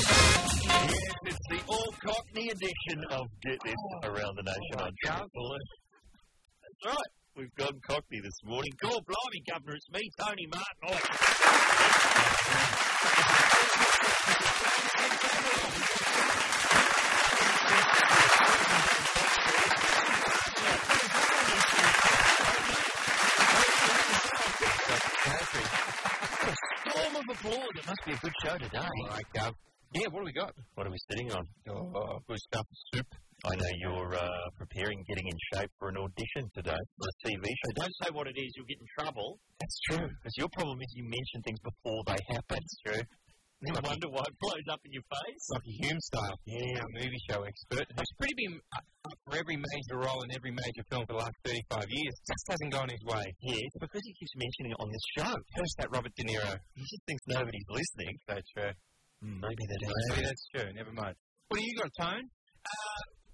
Yes, it's the all Cockney edition of Get This Oh, Around the Nation. I can't believe. That's right. We've gone Cockney this morning. God blimey, Governor, it's me, Tony Martin. Oh. Storm of applause. It must be a good show today. All right, Gav. Yeah, what do we got? What are we sitting on? Oh, good stuff. Soup. I know you're uh, preparing, getting in shape for an audition today for a TV show. Don't say what it is, you'll get in trouble. That's true. Because your problem is you mention things before they happen. That's true. No wonder why it blows up in your face. It's like a Hume style. Yeah. Our movie show expert who's pretty been up up for every major role in every major film for the last 35 years. Just hasn't gone his way. Yeah, it's because he keeps mentioning it on this show. Who's that Robert De Niro? He just thinks nobody's listening. So true. Maybe that is. Maybe that's true. Never mind. What do you got, Tone? Uh,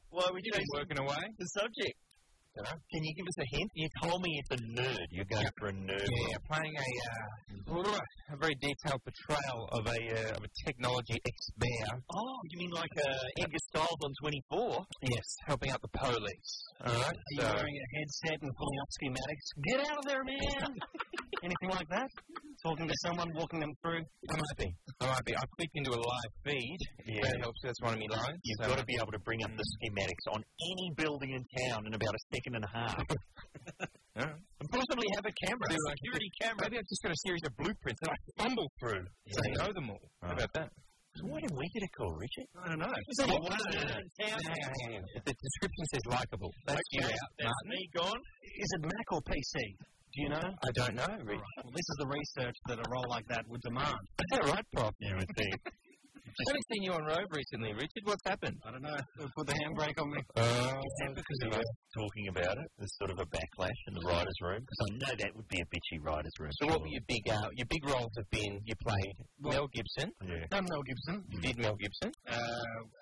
Well, we You been working away? Uh-huh. the subject. Can you give us a hint? You told me it's a nerd. Mm-hmm. You're going for a nerd. Yeah, playing a uh, a very detailed portrayal of a uh, of a technology ex-bear. Oh, you mean like uh, Edgar Styles on 24? Yes, helping out the police. All right. Are you So, wearing a headset and pulling up schematics? Get out of there, man! Anything like that? Talking to someone, walking them through. I might be. I might be. I clicked into a live feed. Yeah. That helps. That's one of me lines. You've So- Mm. got to be able to bring up the schematics on any building in town in about a second and a half. Alright. And possibly have a camera, Do a like- security camera. Maybe I've just got a series of blueprints that I fumble through. So I know them all. How Right. about that? So why didn't we get a call, Richard? I don't know. There's only one building in town. The description says likable. That's you Okay, out, that's Martin. me gone. Is it Mac or PC? Do you know? I don't know, Rich. Well, this is the research that a role like that would demand. Is that right, Prof? You would think. I haven't seen you on Road recently, Richard. What's happened? I don't know. Put the handbrake on me. Uh, because of us talking about it, there's sort of a backlash in the writers' room. Because I know that would be a bitchy writers' room. so what were your big uh, your big roles have been? You played Mel Gibson. Yeah. I'm Mel Gibson. You did Mel Gibson. Uh,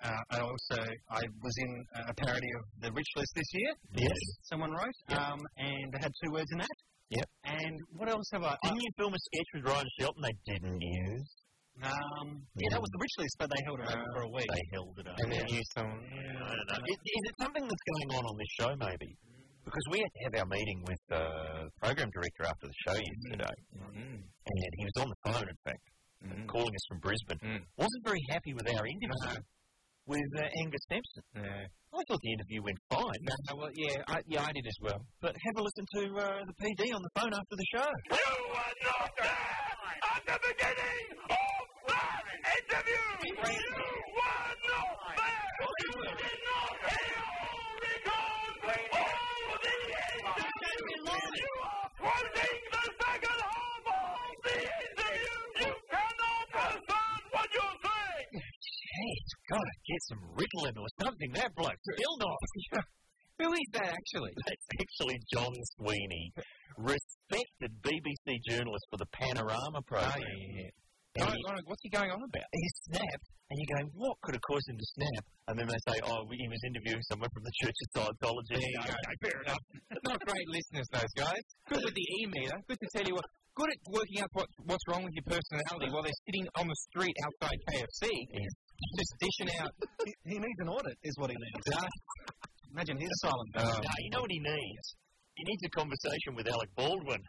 uh, I also I was in a parody of The Rich List this year. Yes. Someone wrote, um, and they had two words in that. Yep. And what else have I? Didn't you film a sketch with Ryan Shelton? They didn't use. Um, yeah, that was The Rich List, but they held it open Uh, for a week. They held it up. And then you song. Yeah, I don't know. Is, is it something that's going on on this show, maybe? Because we had to have our meeting with uh, the program director after the show yesterday, Mm-hmm. and he was on the phone, in fact, calling us from Brisbane. Mm. Wasn't very happy with our interview with uh, Angus Sampson. Yeah. I thought the interview went fine, No, well, yeah, I, yeah, I did as well. but have a listen to uh, the PD on the phone after the show. Jeez, gotta get some Ritalin or something. That bloke still not. Who is that actually? That's actually John Sweeney, respected BBC journalist for the Panorama program. I And don't he- know, what's he going on about? he snapped, and you go, what could have caused him to snap? And then they say, oh, he was interviewing someone from the Church of Scientology. There you go. fair enough. Not great listeners, those guys. Good with the e-meter. Good to tell you what. Good at working out what, what's wrong with your personality while they're sitting on the street outside KFC, just dishing out. He needs an audit, is what he needs. Imagine his silent. Um, Now, you know what he needs? He needs a conversation with Alec Baldwin.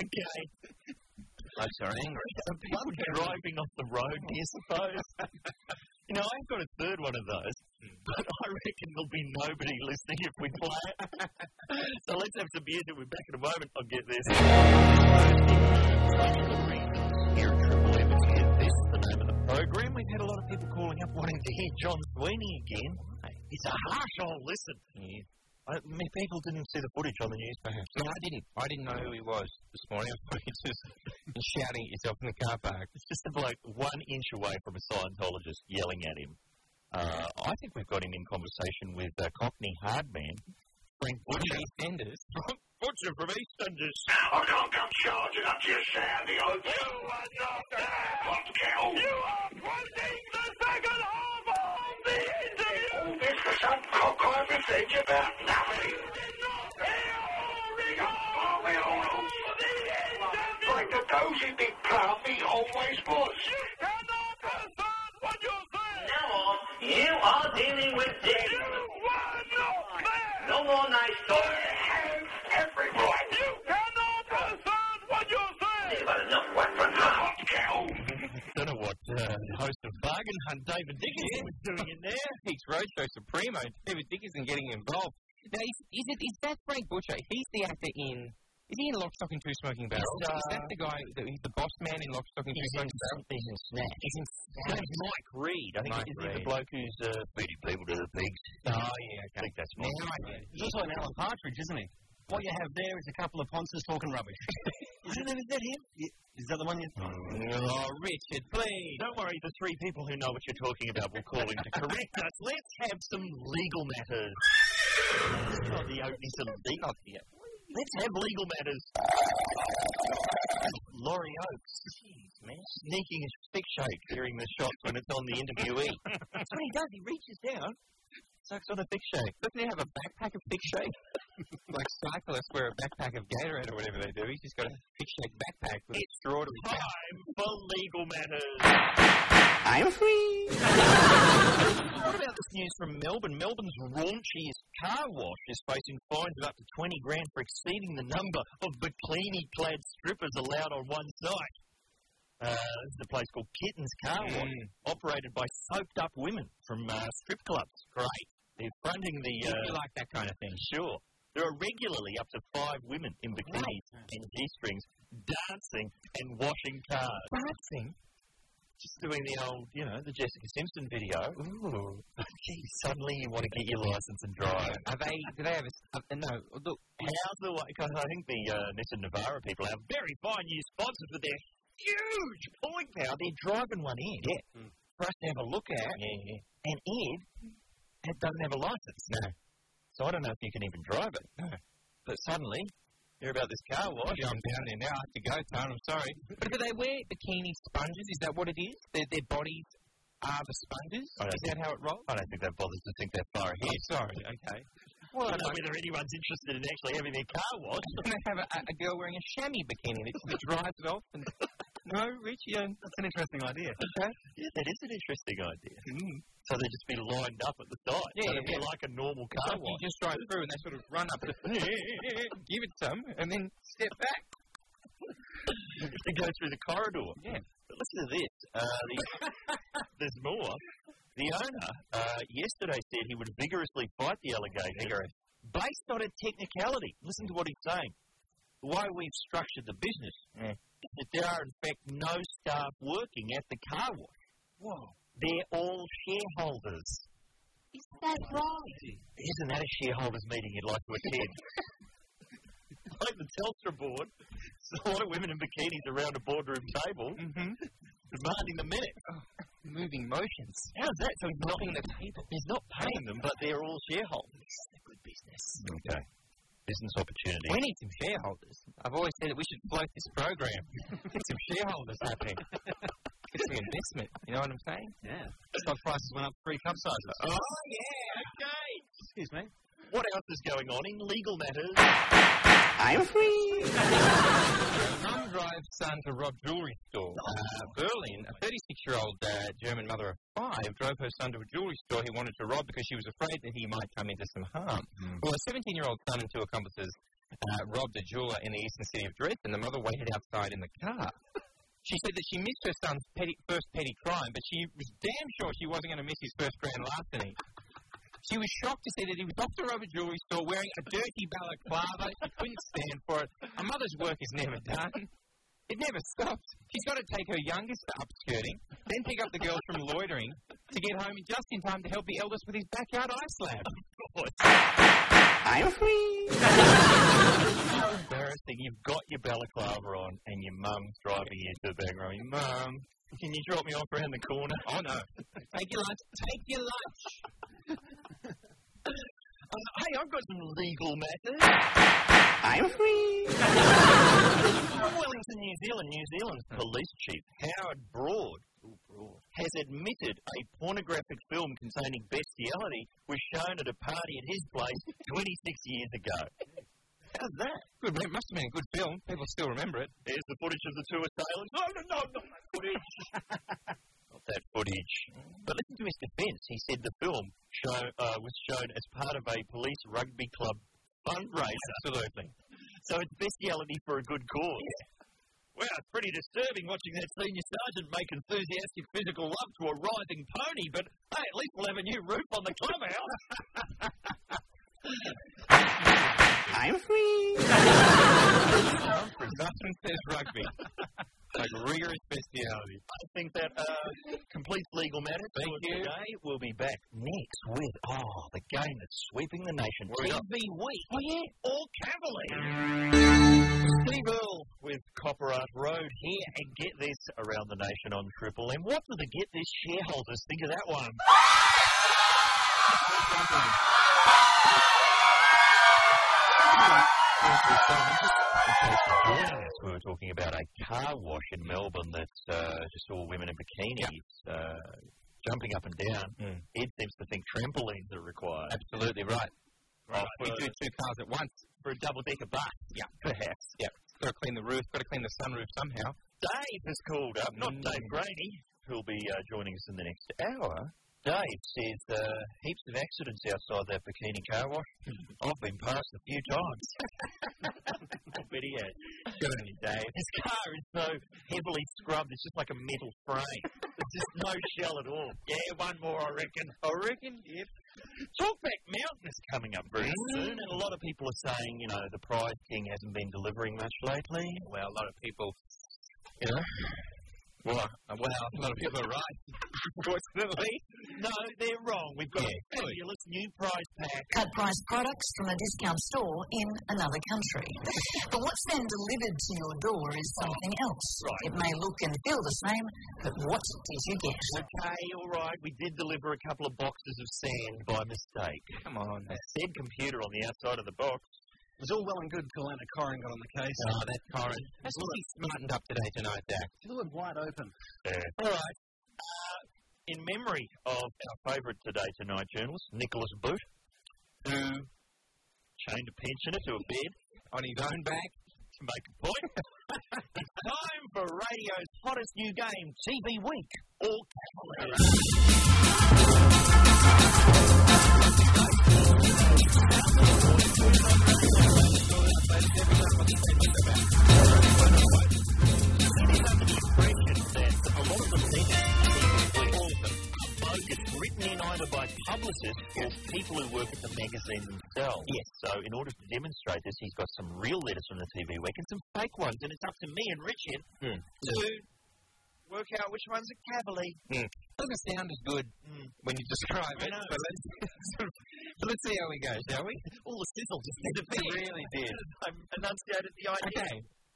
Okay. I'm sorry, angry. Some people driving off the road, do you suppose? you know, I've got a third one of those, but I reckon there'll be nobody listening if we play it. so let's have some music. We're back in a moment. I'll get this. Here at Triple M, it's Get This, the name of the program. We've had a lot of people calling up wanting to hear John Sweeney again. It's a harsh old listen. I I mean, people didn't see the footage on the news. Perhaps. No, I didn't. I didn't know who he was this morning. I thought you just shouting at yourself in the car park. It's just a bloke one inch away from a Scientologist yelling at him. Uh, I think we've got him in conversation with uh, Cockney Hardman, Frank Butcher. EastEnders. Butcher from EastEnders. I'm not going to charge it up your Sandy. You are not What cow? You are fronting the second half of the interview. All this for some cockeyed revenge about nothing. Oh, well, all Like the dozy big plough he always was. You cannot understand what you're saying. Now on, you are dealing with Dick. were not there. No more nice talk. every right. You cannot understand what you're saying. But enough weapons. Hot cow. don't know what uh, the host of Bargain Hunt, David Dickinson, was doing in there. Peaks Roadshow Supremo, David Dickinson getting involved. Now, is, is it is that Frank Butcher? He's the actor in. Is he in Lock, Stock and Two Smoking Barrels? He's, is that uh, the guy? That, he's the boss man in Lock, Stock and Two Smoking Barrels. something in snack. He's in Mike Reed. I think he's Mike he's the Reed. bloke who's uh, feeding people to the pigs. Oh I yeah, okay. think that's Mike. Now I get it. He's also an Alan Partridge, isn't he? What you have there is a couple of ponces talking rubbish. isn't it? Is that him? Y- Is that the one you? Oh, Richard, please. Don't worry, the three people who know what you're talking about will call in to correct us. Let's have some legal matters. It's not the opening to the beat up here. Let's have legal matters. Laurie Oakes. Jeez, man. Sneaking his stick shake during the shots when it's on the interviewee. That's what he does. He reaches down, sucks on a thick shake. Doesn't he have a backpack of thick shake? like cyclists wear a backpack of Gatorade or whatever they do. He's just got a thick shake backpack with a straw to his Time for legal matters. I'm free. What about this news from Melbourne? Melbourne's raunchiest car wash is facing fines of up to 20 grand for exceeding the number of bikini-clad strippers allowed on one site. Uh, this is a place called Kitten's Car Wash, operated by soaped-up women from uh, strip clubs. Great. They're fronting the... Uh, You like that kind of thing. Sure. There are regularly up to five women in bikinis and G-strings dancing and washing cars. Dancing? Just doing the old, you know, the Jessica Simpson video. Ooh. Gee, suddenly you want to get your license and drive. Are they? Do they have a? s- Uh, no. Look, How's the way? Because I think the uh, Nissan Navara people have very fine new sponsors with their huge pulling power. They're driving one in for us to have a look at. And Ed ha- doesn't have a license. No. So I don't know if you can even drive it. No. But suddenly, hear about this car wash. yeah, I'm down there now. I have to go, Tom. I'm sorry. But do they wear bikini sponges? Is that what it is? Their, their bodies are the sponges? I don't Is that how it rolls? I don't think they've bothered to think that far Yeah, ahead. sorry. Okay. Well, I don't know whether anyone's interested in actually having their car washed. Can they have a, a- a girl wearing a chamois bikini that, that dries it off? And no, Rich, you don't. That's an interesting idea. Hmm, Yeah, that is an interesting idea. So they'd just be lined up at the side. Yeah, so it'd be yeah. like a normal It's car like you wash. just drive through and they sort of run up, to, give it some, and then step back. to go through the corridor. Yeah. But listen to this. Uh, the, there's more. The owner uh, yesterday said he would vigorously fight the allegation based on a technicality. Listen to what he's saying. The way we've structured the business is that there are, in fact, no staff working at the car wash. Whoa. They're all shareholders. Is that right? Isn't that a shareholders meeting you'd like to attend? like the Telstra board, there's a lot of women in bikinis around a boardroom table Mm-hmm. demanding the minutes. Moving motions. How's that? So he's not paying the people. He's not paying them, but they're all shareholders. It's a good business. Okay. Business opportunity. We need some shareholders. I've always said that we should float this program. Get some shareholders happening. It's an investment. You know what I'm saying? Yeah. Stock prices went up three cup sizes. Oh, yeah, okay. Excuse me. What else is going on in legal matters? I'm free. Mum drives son to rob jewelry store. Oh. Uh, Berlin, a 36-year-old uh, German mother of five, drove her son to a jewelry store he wanted to rob because she was afraid that he might come into some harm. Hmm. Well, a 17-year-old son and two accomplices uh, robbed a jeweler in the eastern city of Dresden. The mother waited outside in the car. She said that she missed her son's petty, first petty crime, but she was damn sure she wasn't going to miss his first grand larceny. She was shocked to see that he was off to rob a jewelry store wearing a dirty balaclava. She couldn't stand for it. A mother's work is never done. It never stops. She's got to take her youngest to upskirting, then pick up the girls from loitering to get home just in time to help the eldest with his backyard ice slab. I'm free. How embarrassing. You've got your balaclava on and your mum's driving you to the back room. Mum, can you drop me off around the corner? Oh, no. Take your lunch. Take your lunch. hey, I've got some legal matters. I'm free. From Wellington, New Zealand, New Zealand's police chief, Howard Broad, has admitted a pornographic film containing bestiality was shown at a party at his place 26 years ago. How's that? Good, it must have been a good film. People still remember it. Here's the footage of the two assailants. No, no, no, not that footage. not that footage. But listen to his defence. He said the film show, uh, was shown as part of a police rugby club fundraiser. Absolutely. So it's bestiality for a good cause. Well, it's pretty disturbing watching that senior sergeant make enthusiastic physical love to a writhing pony, but hey, at least we'll have a new roof on the clubhouse. I'm free. Nothing says rugby. like rigorous bestiality. I think that uh, completes legal matter. Thank you. Today we'll be back next with oh the game that's sweeping the nation. TV week. Oh yeah, all Cavalier. Steve Earle with Copper Art Road here, and get this around the nation on Triple M. What do the get this shareholders think of that one? We were talking about a car wash in Melbourne that's uh, just all women in bikinis uh, jumping up and down. Mm. Ed seems to think trampolines are required. Absolutely right. Right. We do two cars at once. for a double decker bus. Yeah, perhaps. Yeah. Got to clean the roof. Got to clean the sunroof somehow. Dave has called up, not Mm. Dave Graney, who'll be uh, joining us in the next hour. Dave says uh, heaps of accidents outside that bikini car wash. I've been past a few times. I bet he has. Good on you, Dave. His car is so heavily scrubbed, it's just like a metal frame. It's just no shell at all. Yeah, one more, I reckon. I reckon, yep. Talkback Mountain is coming up very soon, and a lot of people are saying, you know, the Prize King hasn't been delivering much lately. Well, a lot of people, you know. Well, uh, well, a lot of people are right. Unfortunately. No, they're wrong. We've got a Yeah. fabulous new prize pack. cut price products from a discount store in another country. But what's then delivered to your door is something else. It may look and feel the same, but what did you get? Okay, all right. We did deliver a couple of boxes of sand by mistake. Come on. A said computer on the outside of the box. It was all well and good till Anna Corrin got on the case. Oh, that Corin. That's really smartened up today tonight, Dak. She looked wide open. All right. Uh, in memory of our favourite Today Tonight journalist, Nicholas Boot, who chained a pensioner to a bed On his own back. to make a point. it's time for radio's hottest new game, TV Week. All Cavaliers. A lot of the letters all of them are bogus, written in either by publicists or people who work at the magazine themselves. Yes. So in order to demonstrate this, he's got some real letters from the TV Week and some fake ones, and it's up to me and Richard Hmm. to work out which one's a Cavalier. Hmm. Doesn't sound as good when you describe I it. know. So let's, so let's see how we go, shall we? All the sizzle just disappeared. really did. I've enunciated the idea. Okay,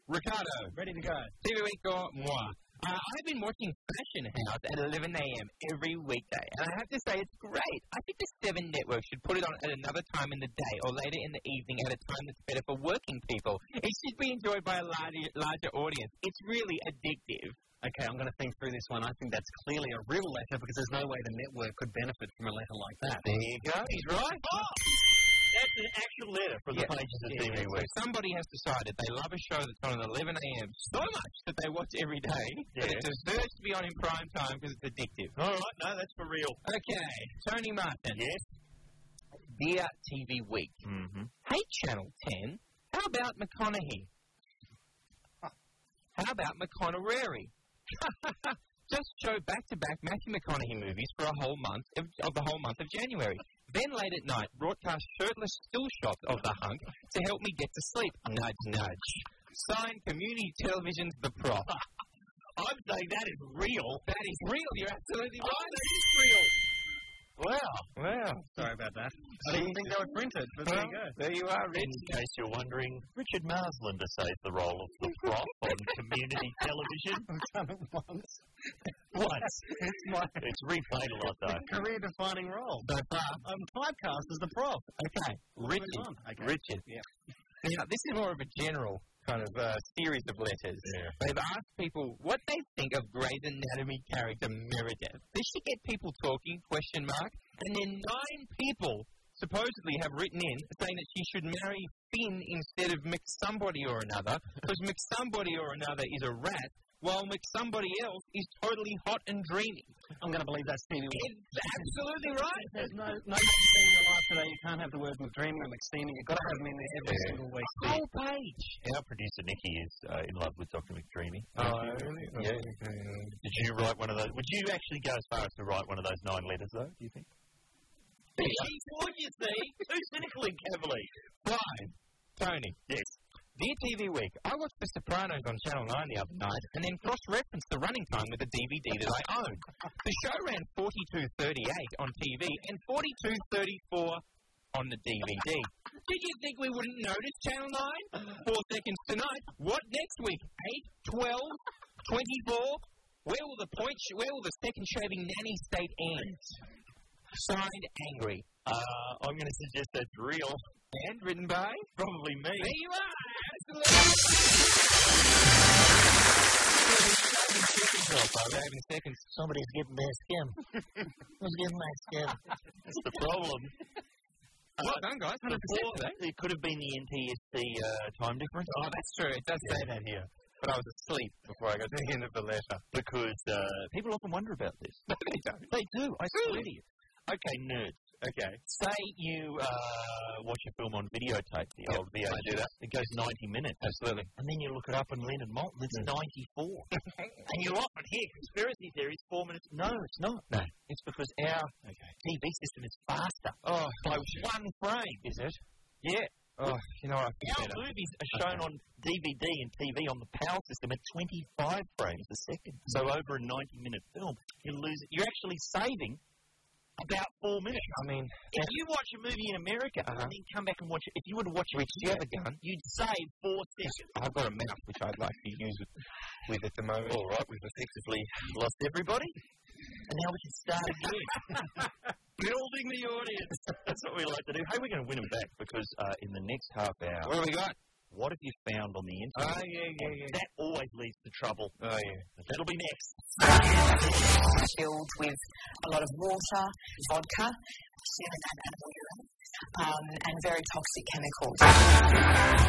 Ricardo. Ready to go. TV week or moi. Uh, I've been watching Fashion House at 11 a.m. every weekday, and I have to say it's great. I think the Seven Network should put it on at another time in the day or later in the evening at a time that's better for working people. It should be enjoyed by a larger, larger audience. It's really addictive. Okay, I'm going to think through this one. I think that's clearly a real letter because there's no way the network could benefit from a letter like that. Oh, There you go. He's right. That's an actual letter from the Yeah. pages of TV Yeah, so Week. somebody has decided they love a show that's on at 11 a.m. so much that they watch every day that it Yeah. deserves to be on in prime time because it's addictive. All right, no, that's for real. Okay, Tony Martin. Yes. Dear TV Week. Mm-hmm. Hey, Channel 10, how about McConaughey? How about McConorary? Just show back-to-back Matthew McConaughey movies for a whole month of, of the whole month of January. Then late at night, broadcast shirtless still shots of the hunk to help me get to sleep. Nudge, nudge. Sign Community Television's The Prop. I'm saying that is real. That is real. You're absolutely right. That is real. Wow. Wow. Sorry about that. I didn't think they were printed, but there you go. There you are, Rich. In case you're wondering, Richard Marslander saved the role of the prop on community television I've done it once. once. It's my It's replayed a lot, though. career defining role. So far, I'm typecast as the prop. Okay. Moving Richard. on. Okay. Richard. Yeah. Now, this is more of a general kind of uh, series of letters. They've asked people what they think of Grey's Anatomy character Meredith. This should get people talking, question mark. And then nine people supposedly have written in saying that she should marry Finn instead of McSomebody or another, because McSomebody or another is a rat, while McSomebody else is totally hot and dreamy. I'm going to believe that's Stevie Wonder. It's absolutely right. There's no, no thing in your life today. You can't have the word McDreamy or McSteamy. You've got to have them in there every Yeah. single week. Whole page. Our producer Nikki is uh, in love with Dr. McDreamy. Oh. Uh, Oh, really? Did you write one of those? Would you actually go as far as to write one of those nine letters, though? Do you think? what you see? Too cynically cavalier. Fine. Tony. Yes. Dear TV Week, I watched The Sopranos on Channel 9 the other night and then cross-referenced the running time with the DVD that I own. The show ran 42.38 on TV and 42.34 on the DVD. Did you think we wouldn't notice Channel 9? Four seconds tonight. What next week? 8, 12, 24? Where will the point? Sh- where will the second shaving nanny state end? Signed, angry. Uh, I'm going to suggest that's real. And written by? Probably me. There you are! Absolutely! in seconds. Somebody's getting their skin. Who's getting my skin? That's the problem. Well done, guys. 100% Or today. it could have been the NTSC uh, time difference. Oh, that's true. It does say that here. But I was asleep before I got to the end of the letter. Because uh, people often wonder about this. No, they don't. They do. I swear Really? to you. Okay, nerds. Okay. Say you uh, watch a film on videotape, the old VHS. I do that. It goes 90 minutes. Absolutely. And then you look it up on Leonard Maltin, it's 94. and you often hear conspiracy theories four minutes. No, it's not. No. It's because our TV system is faster Oh, by one frame. Is it? Yeah. oh, you know what? I Our feel better. movies are shown on DVD and TV on the PAL system at 25 frames a second. So over a 90-minute film, you lose. You're actually saving about four minutes. I mean, If you watch a movie in America Uh-huh. and then come back and watch it, if you were to watch it, Which the here, other gun- you'd save four seconds. I've got a mouth which I'd like to use with, with at the moment. All right, we've effectively lost everybody, and now we can start again. Building the audience. That's what we like to do. Hey, we're going to win them back because uh, in the next half hour, What have we got? what have you found on the Oh, internet? yeah, yeah, yeah. That always leads to trouble. Oh, yeah. That'll be next. filled with a lot of water, vodka, human and animal urine, um, and very toxic chemicals.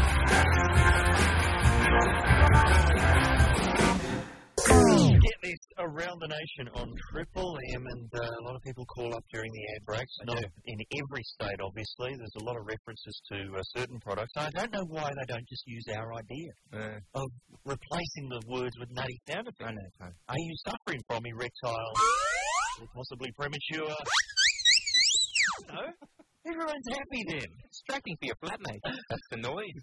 Get this around the nation on Triple M, and uh, a lot of people call up during the ad breaks. Not in every state, obviously. There's a lot of references to uh, certain products. I don't know why they don't just use our idea Uh, of replacing the words with nutty sound effects. I know, I know. Are you suffering from erectile, or possibly premature? no? Everyone's happy then. Distracting for your flatmate. That's the noise.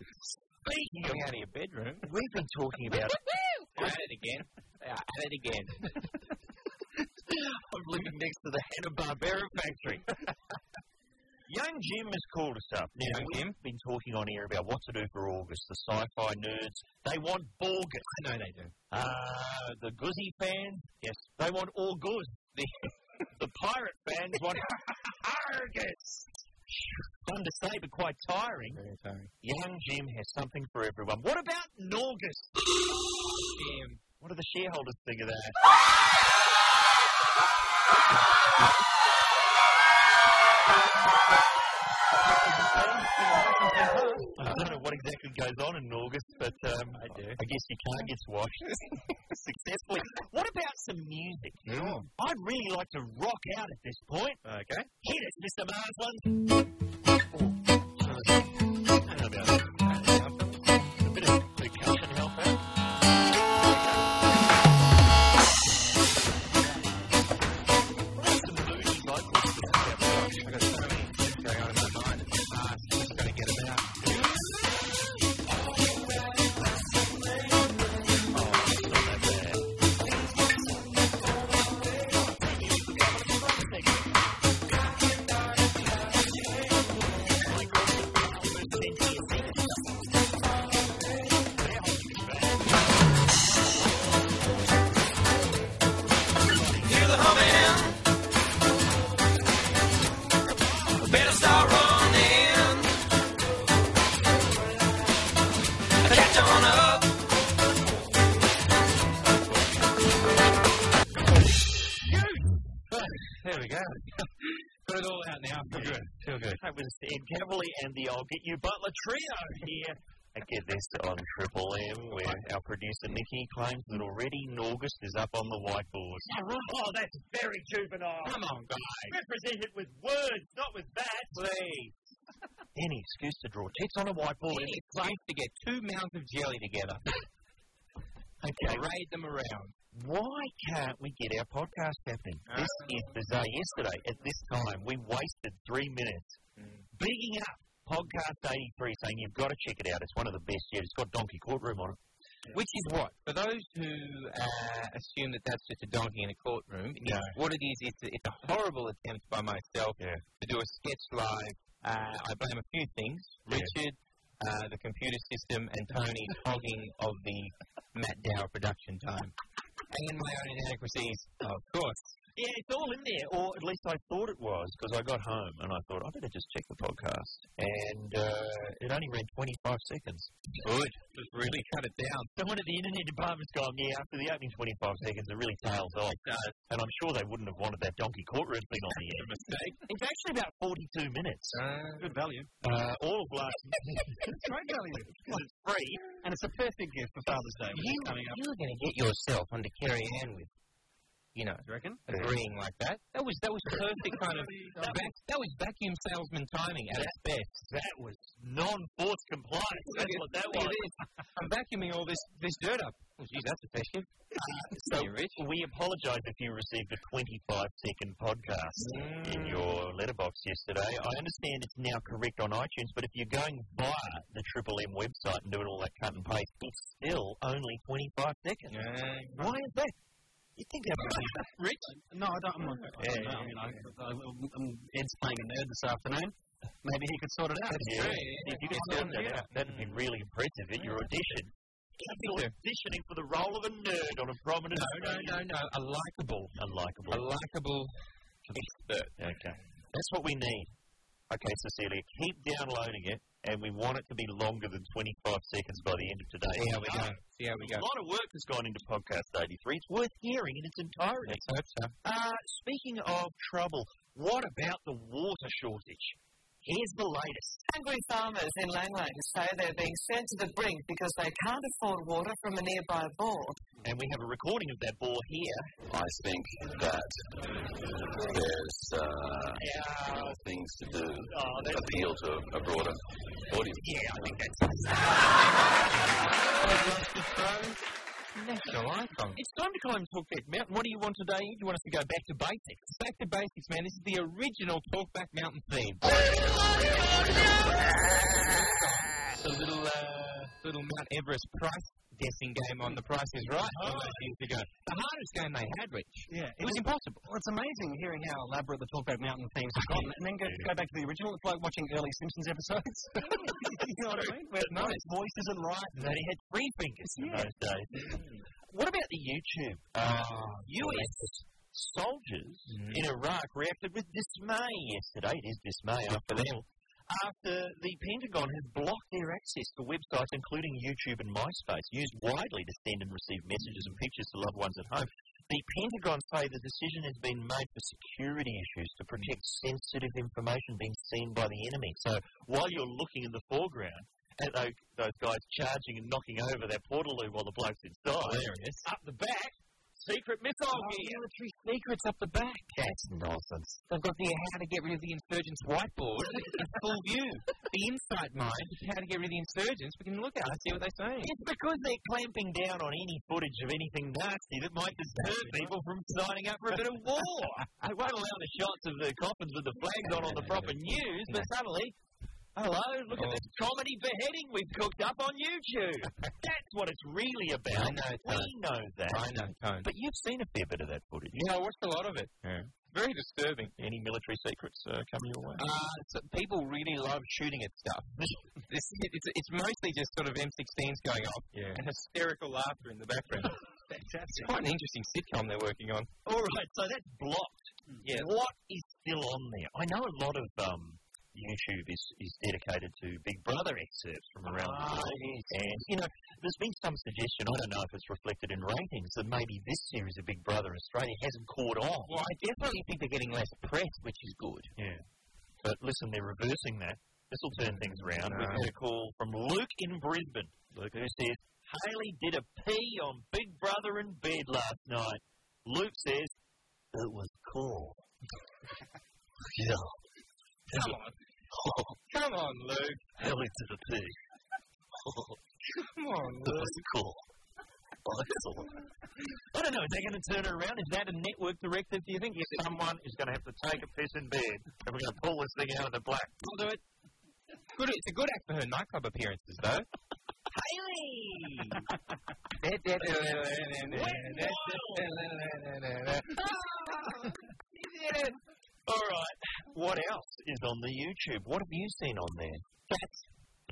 Speaking of, Coming out of your bedroom. we've been talking about At it again. They are At it again. I'm living next to the Hanna-Barbera factory. Young Jim has called us up. Now, Young we've been talking on here about what to do for August. The sci-fi nerds, they want Borgus. I know they do. Uh, the Guzzy fans, yes, they want all good. The, the pirate fans want Argus. Fun to say, but quite tiring. Very sorry. Young Jim has something for everyone. What about Norgus? Damn. What do the shareholders think of that? I don't know what exactly goes on in August, but um, I, do. guess your car gets washed successfully. What about some music? I'd really like to rock out at this point. Okay. Hit it, Mr. Marsland. I don't know about that. A bit of percussion help out. I got so many things going on in my mind. It's hard. Just gotta get them out. What Put it all out now. Feel good. Feel good. That was Ed Cavalier and the I'll Get You Butler trio here. I get this on Triple M, where our producer Nikki claims that already Norgust is up on the whiteboard. Oh, that's very juvenile. Come on, guys. Represent it with words, not with that. Please. Any excuse to draw tits on a whiteboard. Any place to get two mouths of jelly together. Okay, Parade them around. why can't we get our podcast happening? This is bizarre. Yesterday, at this time, we wasted three minutes bigging up Podcast 83, saying you've got to check it out. It's one of the best yet. It's got Donkey Courtroom on it. Which is what? For those who uh, assume that that's just a donkey in a courtroom, it's what it is, it's a, it's a horrible attempt by myself to do a sketch live. Uh, I blame a few things. Yeah. Richard, uh, the computer system, and Tony's hogging of the Matt Dow production time. And my own inadequacies, of course. Yeah, it's all in there, or at least I thought it was, because I got home and I thought I better just check the podcast, and uh, it only ran 25 seconds. Good. Just really cut it down. Someone at the internet department's gone, yeah, after the opening 25 seconds, it really tails off. And I'm sure they wouldn't have wanted that donkey courtroom thing on the end. mistake. It's actually about 42 minutes. Good value. Uh, all of last It's great value. it's free. And it's a perfect gift for Father's Day, which You, is coming up. you were going to get yourself under Carrie Ann with, you know, Do you reckon? agreeing like that. That was that was perfect kind of that, that was vacuum salesman timing at its best. That was non-force compliance. That's what that Look was. at this. I'm vacuuming all this this dirt up. Oh, geez, that's effective. So You're rich. we apologise if you received a 25-second podcast in your letterbox yesterday. I understand it's now correct on iTunes, but if you're going via the Triple M website and doing all that cut and paste, it's still only 25 Mm. seconds. Why is that? You think that would be No, I don't. I'm not. I don't know. I mean, I, I, I'm, Ed's playing a nerd this afternoon. Maybe he could sort it out. Yeah. If you could sound that out, that'd be really impressive at your audition. You're auditioning for the role of a nerd on a prominent No, no, no. A likable, a Unlikable. likable expert. Okay. That's what we need. Okay, Cecilia, keep downloading it, and we want it to be longer than 25 seconds by the end of today. See how we go. See how we go. A lot of work has gone into podcast 83. It's worth hearing in its entirety. Let's hope so. Uh, speaking of trouble, what about the water shortage? Here's the latest. Angry farmers in Langland say they're being sent to the brink because they can't afford water from a nearby bore. And we have a recording of that bore here. I think that there's uh, things to do Oh, that's appeal to a broader audience. Yeah, I think that's National icon. It's time to climb Talkback Mountain. What do you want today? You want us to go back to basics? Back to basics, man. This is the original Talkback Mountain theme. The little, uh, little Mount Everest price guessing game on the price is right. all those years ago. The hardest game they had, Rich. Oh. Yeah, It was impossible. Well, it's amazing hearing how elaborate the Talkback Mountain themes have gotten, and then go, go back to the original. It's like watching early Simpsons episodes. you know what I mean? Where no, his voice isn't right. Mm. They had three fingers in those days. What about the YouTube? Ah, Uh, US soldiers in Iraq reacted with dismay yesterday. It is dismay after all. After the Pentagon has blocked their access to websites including YouTube and MySpace, used widely to send and receive messages and pictures to loved ones at home. The Pentagon say the decision has been made for security issues to protect sensitive information being seen by the enemy. So while you're looking in the foreground at those, those guys charging and knocking over that portaloo while the bloke's inside, Hilarious. Oh, up the back, secret missile oh, gear. military secrets up the back. That's nonsense. They've got the how to get rid of the insurgents whiteboard in full view. The insight mind, how to get rid of the insurgents, we can look at it, see what they're saying. It's because they're clamping down on any footage of anything nasty that might disturb people from signing up for a bit of war. they won't allow the shots of the coffins with the flags on on the proper news, but suddenly, hello, look Oh. at this comedy beheading we've cooked up on YouTube. That's what it's really about. I know, uh, we know that. I know, Tone. But you've seen a fair bit of that footage. Yeah, I watched a lot of it. Very disturbing. Any military secrets uh, coming your way? Uh, so people really love shooting at stuff. it's, it's, it's mostly just sort of M16s going off Yeah. and hysterical laughter in the background. Fantastic. Quite an interesting sitcom they're working on. All right, so that's blocked. Yeah. What is still on there? I know a lot of um, YouTube is, is dedicated to Big Brother excerpts from around the Ah, world. And, you know, there's been some suggestion, I don't know if it's reflected in ratings, that maybe this series of Big Brother in Australia hasn't caught on. Well, I definitely think they're getting less press, which is good. Yeah. But listen, they're reversing that. This will turn things around. We've No. had a call from Luke in Brisbane, Luke, who says, Haley did a pee on Big Brother in bed last night. Luke says, it was cool. yeah. Come on. Come on, Luke. Haley did a pee. Come on, It was cool. Excellent. I don't know. Is that going to turn it around? Is that a network directive? Do you think if someone is going to have to take a piss in bed and we're going to pull this thing out of the black? I'll do it. Good, it's a good act for her nightclub appearances, though. All right. What else is on the YouTube? What have you seen on there? Cats.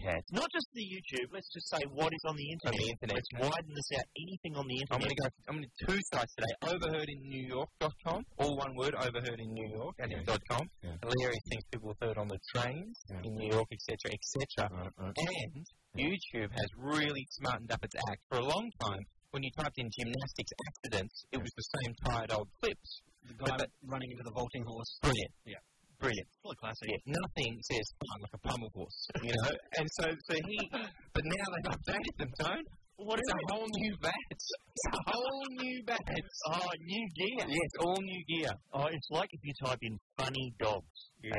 Cats. Not just the YouTube. Let's just say what is on the internet. the internet. Let's widen this out. Anything on the I'm internet. going to go. I'm going to two sites today. OverheardinNewYork.com, all one word. OverheardinNewYork and dot com. Hilarious things people have heard on the trains in New York, etc., etc. And YouTube has really smartened up its act. For a long time, when you typed in gymnastics accidents, it was the same tired old clips. The guy running into the vaulting horse. Brilliant. Yeah. Brilliant. Still a classic. Yeah, nothing says fun like a pummel horse, you know. and so, so he, but now they've updated them, don't? What is a whole new batch? It's a whole new batch. Oh, new gear. Yes, all new gear. Oh, it's like if you type in funny dogs. and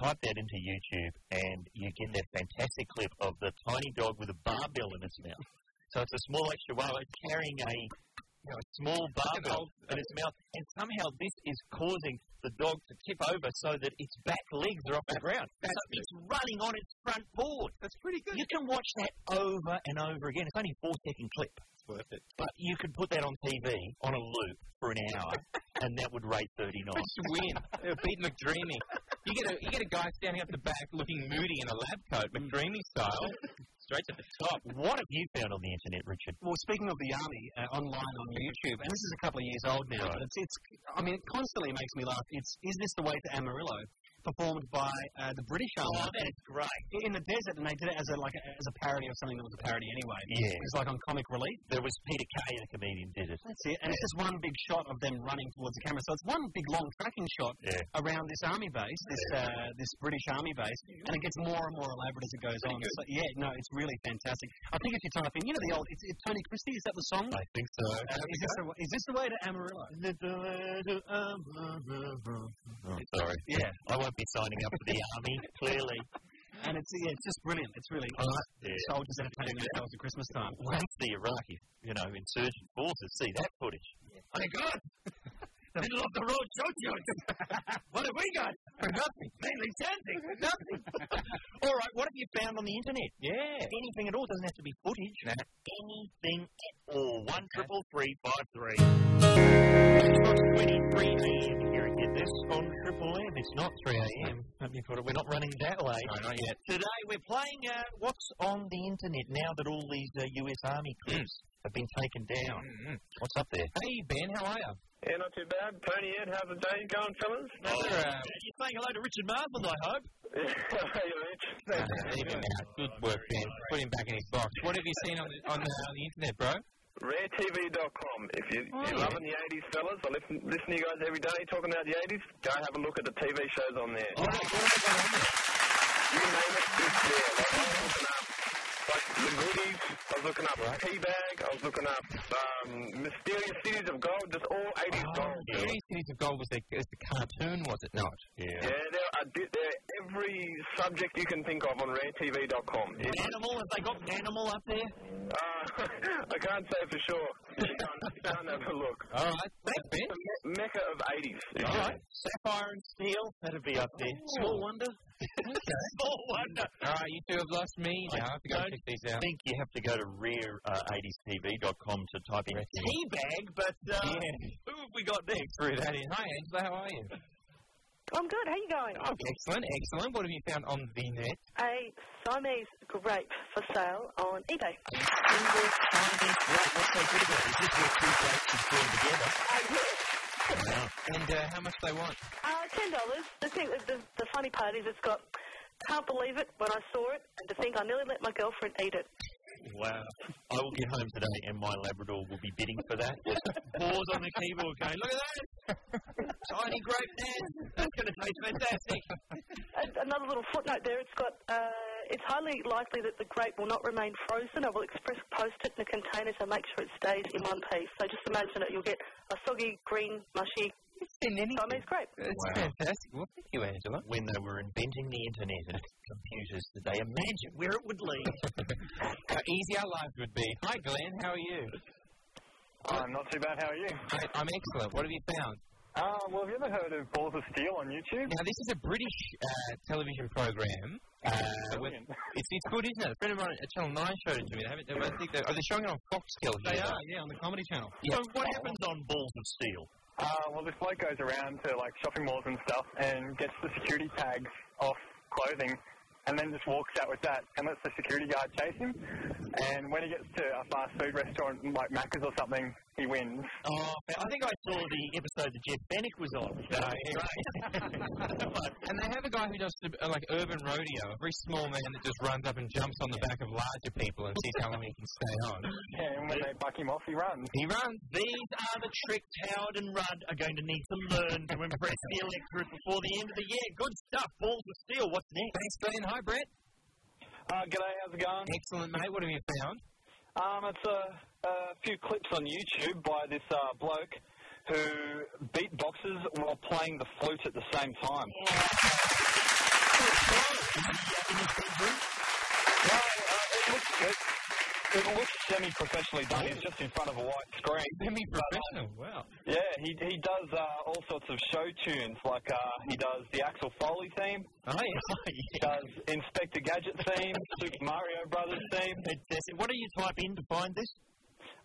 Type that into YouTube and you get that fantastic clip of the tiny dog with a barbell in its mouth. So it's a small like chihuahua it's carrying a, you know, a small barbell in its mouth, and somehow this is causing the dog to tip over so that its back legs are off the ground. so it's running on its front board. That's pretty good. You can watch that over and over again. It's only a four second clip. It's worth it. But you could put that on TV on a loop for an hour, and that would rate 39. Let's win. It'll beat McDreamy. You get a you get a guy standing at the back looking moody in a lab coat, McDreamy style, straight to the top. What have you found on the internet, Richard? Well, speaking of the army, uh, online on YouTube, and this is a couple of years old now, but it's, it's, I mean, it constantly makes me laugh. It's Is This the Way to Amarillo? Performed by uh, the British Army. Oh, that's great. In the desert, and they did it as a, like, a, as a parody of something that was a parody anyway. Yeah. It was like on Comic Relief. There was Peter Kay, the comedian, did it. That's it. And it's just one big shot of them running towards the camera. So it's one big long tracking shot Yeah. around this army base, this uh, this British army base, and it gets more and more elaborate as it goes on. So, yeah, no, it's really fantastic. I think if you type in, you know, the old it's, it's Tony Christie. Is that the song? I think so. Uh, is, this the, w- is this the way to Amarillo? I'm sorry. Yeah, I won't be signing up for the army, clearly. and it's yeah, it's just brilliant. It's really Oh, Yeah. soldiers entertaining themselves at Christmas time. Once the Iraqi, you know, insurgent forces see that footage, Oh my God! the middle of the road showed what have we got? Nothing. Mainly sending. Nothing. All right, what have you found on the internet? Yeah. Anything at all. Doesn't have to be footage. Anything at all. One triple three five three. It's not 23 a.m. here at Get This on Triple M. It's not 3 a.m. Hope you caught it. We're not running that way. No, not yet. Today we're playing uh, What's on the Internet now that all these uh, US Army clips have been taken down. What's up there? Hey Ben, how are you? Yeah, not too bad. Tony Ed, how's the day going, fellas? You're, uh, You're saying hello to Richard Marsland, I hope. uh, even now. Good work, Ben. Put him back in his box. What have you seen on the, on the, on the internet, bro? RareTV.com. If you, you're loving the 80s, fellas, I listen, listen to you guys every day talking about the 80s. Go have a look at the TV shows on there. You name it, it's there. Like, I was looking up, like, the goodies. I was looking up Teabag. I was looking up um, Mysterious Cities of Gold. Just all 80s Oh, gold. The Early Cities of Gold was the, was the cartoon, was it not? Yeah, there are, di- there are every subject you can think of on RareTV.com. It, Animal, have they got animal up there? uh, I can't say for sure. You can't, you can't have a look. All right, thanks, Ben. The me- mecca of 80s. All right. Sapphire and steel, that'd be up there. Small wonder. Small wonder. Oh. All right, you two have lost me. Now I have to go don't check these I out. think you have to uh, go to rare80stv.com to type in teabag, but uh, who have we got next? Through that in. Hi, Angela. How are you? I'm good. How you going? Oh, excellent, excellent. What have you found on the net? A Siamese grape for sale on eBay. What's so good about it? Is this where two blokes are drawn together? And uh, how much they want? Uh, Ten dollars. The thing, the, the funny part is, it's got Can't believe it when I saw it, and to think I nearly let my girlfriend eat it. Wow. I will get home today and my Labrador will be bidding for that. Paws on the keyboard going, look at that! Tiny grape there! That's going to taste fantastic! And another little footnote there. It's got. Uh, it's highly likely that the grape will not remain frozen. I will express post it in a container to make sure it stays in one piece. So just imagine it. You'll get a soggy, green, mushy Chinese grape. It's fantastic. Well, thank you, Angela. When they were inventing the internet and computers, did they imagine where it would lead? How easy our lives would be. Hi, Glenn. How are you? I'm not too bad. How are you? I, I'm excellent. What have you found? Uh, well, have you ever heard of Balls of Steel on YouTube? Now, this is a British uh, television program. Uh, with, Brilliant. it's, it's good, isn't it? A friend of mine at Channel 9 showed it to me. They haven't, I think they're, oh, they're showing it on Fox still here. They though. are, yeah, on the Comedy Channel. So what happens on Balls of Steel? Uh, well, this bloke goes around to like shopping malls and stuff and gets the security tags off clothing and then just walks out with that and lets the security guard chase him. And when he gets to a fast food restaurant like Macca's or something, he wins. Oh, I think I saw the episode that Jeff Bennick was on. Oh, yeah, right. and they have a guy who does the, uh, like urban rodeo, a very small man that just runs up and jumps on the back of larger people and sees how long he can stay on. Oh, Yeah, and when they buck him off, he runs. He runs. These are the tricks Howard and Rudd are going to need to learn to impress the electorate before the end of the year. Good stuff. Balls of steel. What's next? Thanks, Glenn. Hi, Brett. Uh, g'day, how's it going? Excellent, mate. What have you found? Um, it's a, a few clips on YouTube by this uh, bloke who beat boxes while playing the flute at the same time. Well, uh, it looks it, it looks semi-professionally done. He's just in front of a white screen. Semi-professional. Wow. Yeah, he he does uh, all sorts of show tunes. Like uh, he does the Axel Foley theme, Oh, yeah. he does Inspector Gadget theme, Super Mario Brothers theme, uh, Fantastic. What do you type in to find this?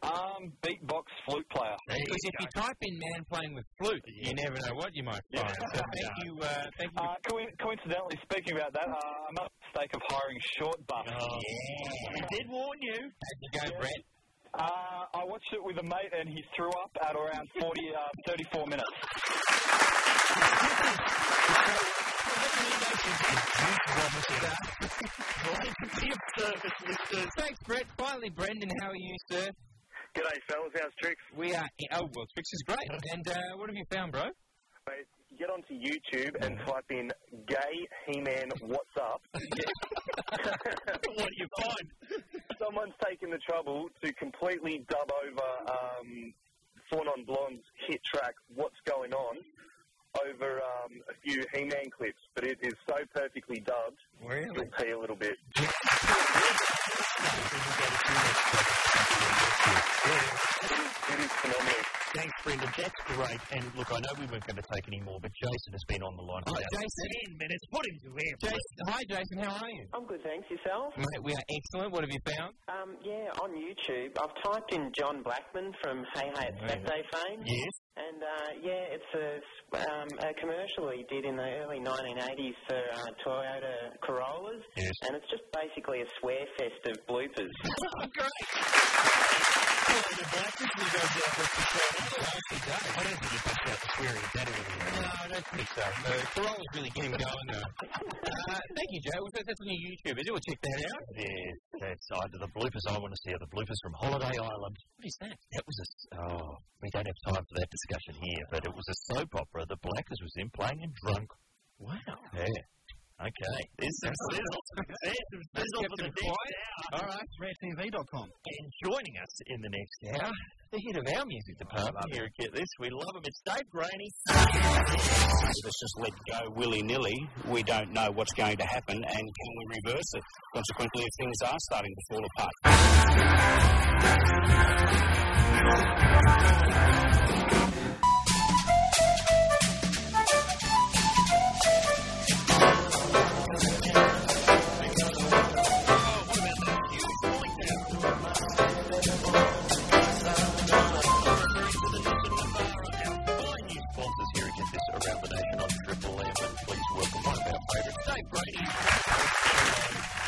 um, beatbox flute player. Because if you type in man playing with flute, you never know what you might find. So thank you, uh, thank you. Uh, coin- coincidentally, speaking about that, uh, I made the mistake of hiring Short Buff. I did warn you. How'd you go, Brett? Uh, I watched it with a mate, and he threw up at around 40, uh, 34 minutes. Thanks, Brett. Finally, Brendan, how are you, sir? G'day, fellas. How's tricks? We are. Oh, well, Twix is great. And uh, what have you found, bro? Mate, get onto YouTube and type in "gay He-Man What's Up." What do you find? Someone's taken the trouble to completely dub over um, Four Non Blonde's hit track "What's Going On" over um, a few He-Man clips, but it is so perfectly dubbed. Really? You'll pee a little bit. It is phenomenal. Thanks, Brenda. That's great. And look, I know we weren't going to take any more, but Jason has been on the line. for Oh, about Jason. 10 minutes. Put him to air. Jason, hi, Jason. How are you? I'm good, thanks. Yourself? Mate, we are excellent. What have you found? Um, yeah, on YouTube, I've typed in John Blackman from Hey Hey It's Saturday fame, Yes. and uh, yeah, it's a, um, a commercial he did in the early 1980s for uh, Toyota Corollas, Yes. and it's just basically a swear fest of bloopers. I don't think you've got that swearing. That is No, I don't think so. Uh, Corolla's really getting going now. uh, thank you, Joe. Well, That's on your YouTube. is it? We'll check that out. Yeah, that's either the bloopers. I want to see are the bloopers from Holiday Island. What is that? That was a. s- Oh, we don't have time for that discussion here, but it was a soap opera. The Blackers was in playing and drunk. Wow. Yeah. Okay. There's some sizzle. There's some sizzle for the next hour. All right, RedTV.com. And joining us in the next hour, the head of our music department here at Get This. We love him. It's Dave Graney. Let's just let go willy nilly. We don't know what's going to happen and can we reverse it? Consequently, if things are starting to fall apart. Find new sponsors here at Get This around the nation on Triple M. And please welcome one of our favourites, Dave Brady.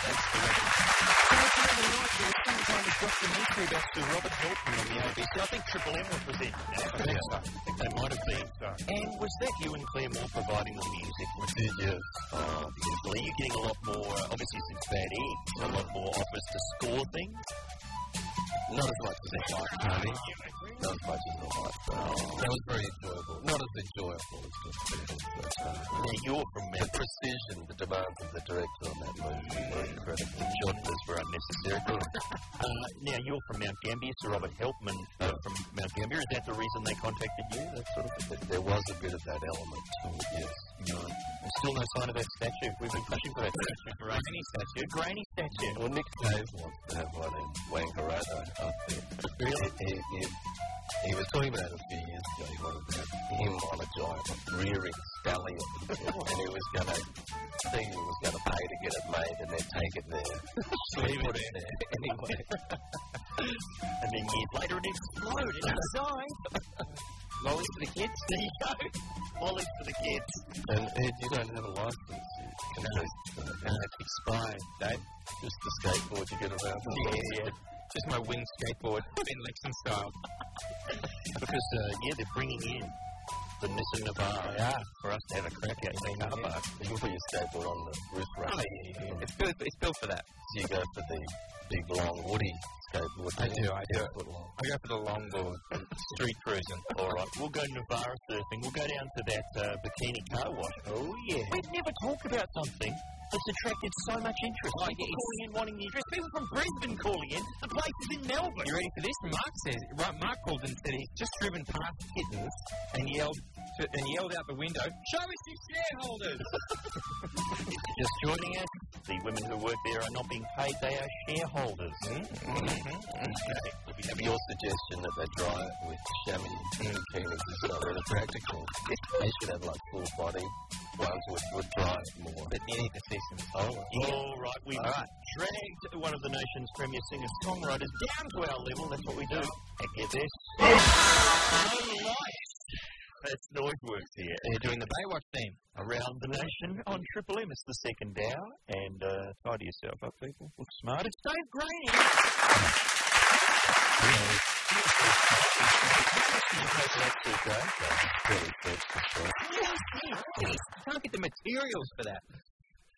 Thanks for having me. Thanks for having me. documentary about Sir Robert Hilton on the ABC. I think Triple M were presenting that. Yeah. I think they might have been. And was that you and Claire Moore providing the music? Did you? Oh, beautifully. You're getting a lot more, uh, obviously since Bad Eggs, a lot more offers to score things. Not as much as I like, Tony. Not as much as I like. That was very enjoyable. Not as enjoyable as the Yeah, you're from The precision, the demands of the director on that movie were incredible. Shortness were unnecessary. Uh, now, you're from Mount Gambier, Sir Robert Helpman uh, from Mount Gambier. Is that the reason they contacted you? That sort of that there was a bit of that element to it, yes. There's still no sign of that statue. We've been pushing for that statue for ages. Grainy statue. Grainy statue. Well, Nick Cave wants to have one in Wangaratta up there. Really? He, he, he was talking about it a few years ago. He wanted to have him on a giant rearing stallion. Oh. and he was going to, thing he was going to pay to get it made and then take it there. Leave it there. Anyway. and then years later it exploded inside. Molly's for the kids. There you go. Molly's for the kids. And Ed, you don't have a license. You can just, uh, and it's expired, Dave. Just the skateboard you get around. Yeah, yeah. Just my winged skateboard, Ben Lexon style. because, uh, yeah, they're bringing in the Nissan Oh, Navara for us to have a crack at in the car park. You can put your skateboard on the roof Oh, rack. It's built, it's built for that. So you go for the big long woody skateboard. I do, I do. Ten foot long. I go for the longboard, street cruising. All right, we'll go Navara surfing. We'll go down to that uh, bikini car wash. Oh, yeah. We've never talked about something that's attracted so much interest. People calling in wanting the address. People from Brisbane calling in. The place is in Melbourne. You ready for this? Mark says, right, Mark called and said he's just driven past kittens and yelled to, and yelled out the window, show us your shareholders! Just joining us, the women who work there are not being paid. They are shareholders. Okay. We have Your suggestion that they dry it with chamois and bikinis is not really practical. They should have like full body ones which would dry it more. But you need to see some solar. All right, we've dragged one of the nation's premier singer-songwriters down to our level. That's what we do. And get this. All right. That's Noiseworks here. They're doing the Baywatch theme. Around the nation on Triple M. It's the second hour. And uh, tidy yourself up, people. Look smart. It's Dave Graney. Can't get the materials for that.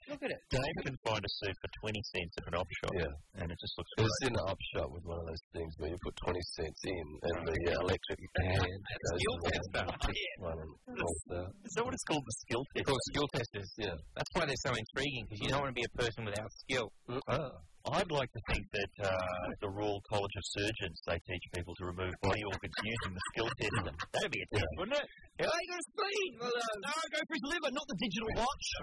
Look at it. Dave can find a suit for 20 cents at an op shop. Yeah. And it just looks It great. was in an op shop with one of those things where you put 20 cents in and the uh, electric hand goes skill around test, though. and picks one and pulls out. Is that what it's called? The skill They're test? called skill testers. Yeah. That's why they're so intriguing, because you don't want to be a person without skill. Uh, I'd like to think that uh, the Royal College of Surgeons, they teach people to remove body organs using the skill test. That'd be a test, wouldn't it? Yeah, I got a spleen. Well, uh, Oh. no, go for his liver, not the digital watch.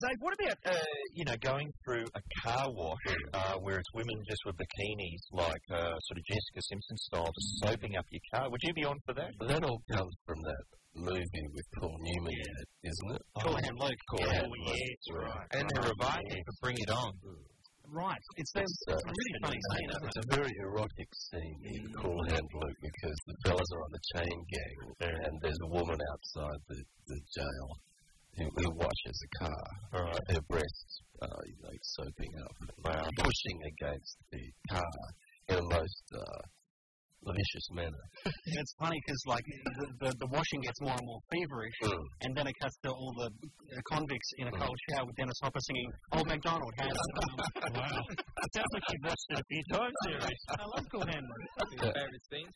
Dave, what about, uh, you know, going through a car wash uh, where it's women just with bikinis, like uh, sort of Jessica Simpson style, just soaping up your car? Would you be on for Mm. that? But that all comes from that movie with Paul Newman in it, isn't it? Cool hand Luke. Cool yeah, Hand well, Luke. yeah, it's right. And they're reviving for Bring It On. Right. It's, there's uh, it's a really funny scene. isn't it? It's a very erotic scene in Cool Hand Luke because the fellas are on the chain gang and there's a woman outside the, the jail who, who watches the car. Right. Her breasts are you know, soaping up, pushing against the car in a most uh, vicious manner. And It's funny because like the, the the washing gets more and more feverish, Mm. and then it cuts to all the uh, convicts in a cold shower with Dennis Hopper singing "Old MacDonald." Has wow. Sounds like you've watched it a few times there, Rich. I love Cool Hand Luke. Favorite scenes.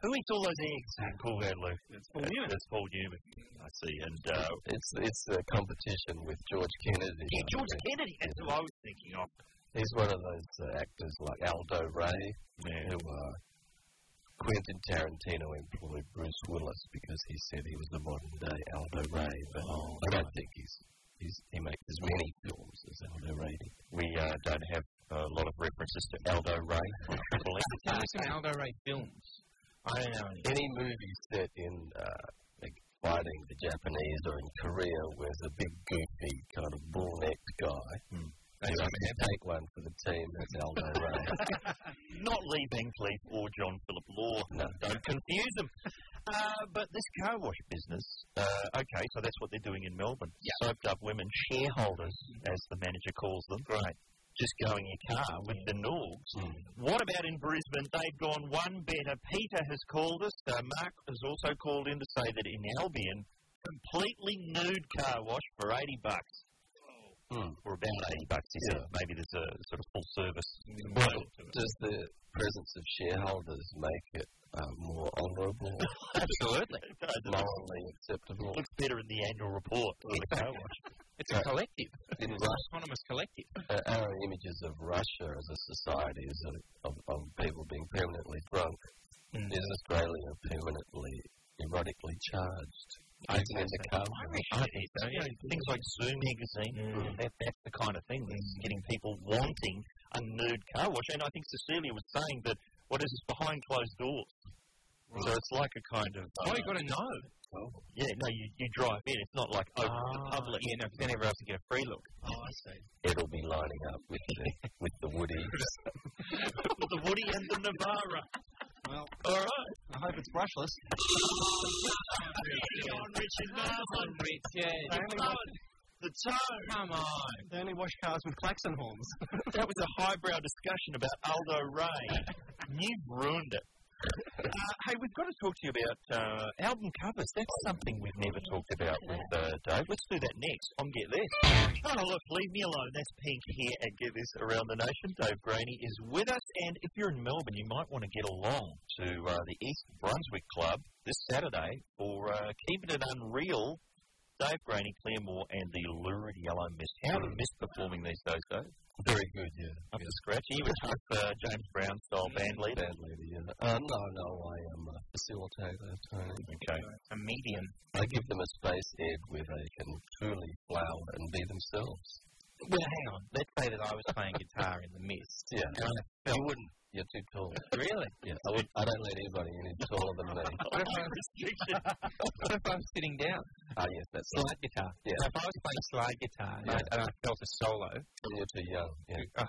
Who eats all those eggs? Cool Hand Luke. That's Paul Newman. That's Paul Newman. I see. And uh, It's it's a competition with George Kennedy. yeah, George Kennedy. That's who I was thinking of. He's one of those uh, actors like Aldo Ray, who uh, Quentin Tarantino employed Bruce Willis because he said he was the modern day Aldo Ray. But Oh, I don't think he's, he's he makes as many films as Aldo Ray did. We uh, don't have a lot of references to Aldo Ray. Triple M. Tell me some Aldo Ray films. I uh, don't know any. Any movie set in uh, like fighting the Japanese or in Korea where there's a big goofy kind of bull-necked guy. Hmm. They take one for the team. That's Aldo Ray. Not Lee Benkley or John Philip Law. No. Don't confuse them. Uh, but this car wash business, uh, okay, so that's what they're doing in Melbourne. Soaped up women, shareholders, as the manager calls them. Right. Hmm. just going your car with the Norgs. What about in Brisbane? They've gone one better. Peter has called us. Uh, Mark has also called in to say that in Albion, completely nude car wash for 80 bucks. Hmm. Or about 80 bucks, he said. Maybe there's a sort of full service. Well, does the presence of shareholders make it uh, more honourable? Absolutely. Morally acceptable. Looks better in the annual report. It's a collective. It's an In Russia, autonomous collective. uh, our images of Russia as a society is of, of, of people being permanently drunk. Is Australia permanently erotically charged? I think it's a car. I think so. You know, things like Zoom magazine, that, that's the kind of thing that's getting people wanting a nude car wash. And I think Cecilia was saying that what is this behind closed doors? So it's like a kind of. uh, Oh, you got to know. Yeah, no, you, you drive in. It's not like open to the public. Yeah, no, 'cause then everyone has to get a free look. Ah. Oh, I see. It'll be lining up with the, with the Woody. the Woody and the Navara. Well, all right. I hope it's brushless. on, Richard. Come on, Richard. They only, wash, The toe. Come on. they only wash cars with klaxon horns. That was a highbrow discussion about Aldo Ray. You've ruined it. Uh, hey, we've got to talk to you about uh, album covers. That's something we've never talked about with uh, Dave. Let's do that next on Get This. Oh, look, leave me alone. That's Pink here at Get This Around the Nation. Dave Graney is with us, and if you're in Melbourne, you might want to get along to uh, the East Brunswick Club this Saturday for uh, Keeping It Unreal. Dave Graney, Claremore, and the lurid yellow mist. How the mist performing these days, though? Very good, yeah. Up to scratch. He was with uh, James Brown style band leader. Bad lady, yeah. Uh, no, no, I am a facilitator, Tony. Okay. A medium. I give them a space, Ed, where they can truly flower and be themselves. Well, hang on. Let's say that I was playing guitar in the mist. Yeah. You wouldn't. You're too tall. Really? Yeah, I, would, I don't let anybody any taller than me. Restriction. What if I'm sitting down? Ah, yes, that's right. Slide guitar. Yeah. Now, if I was playing slide guitar and, I, and I felt a solo, You're too young. Yeah.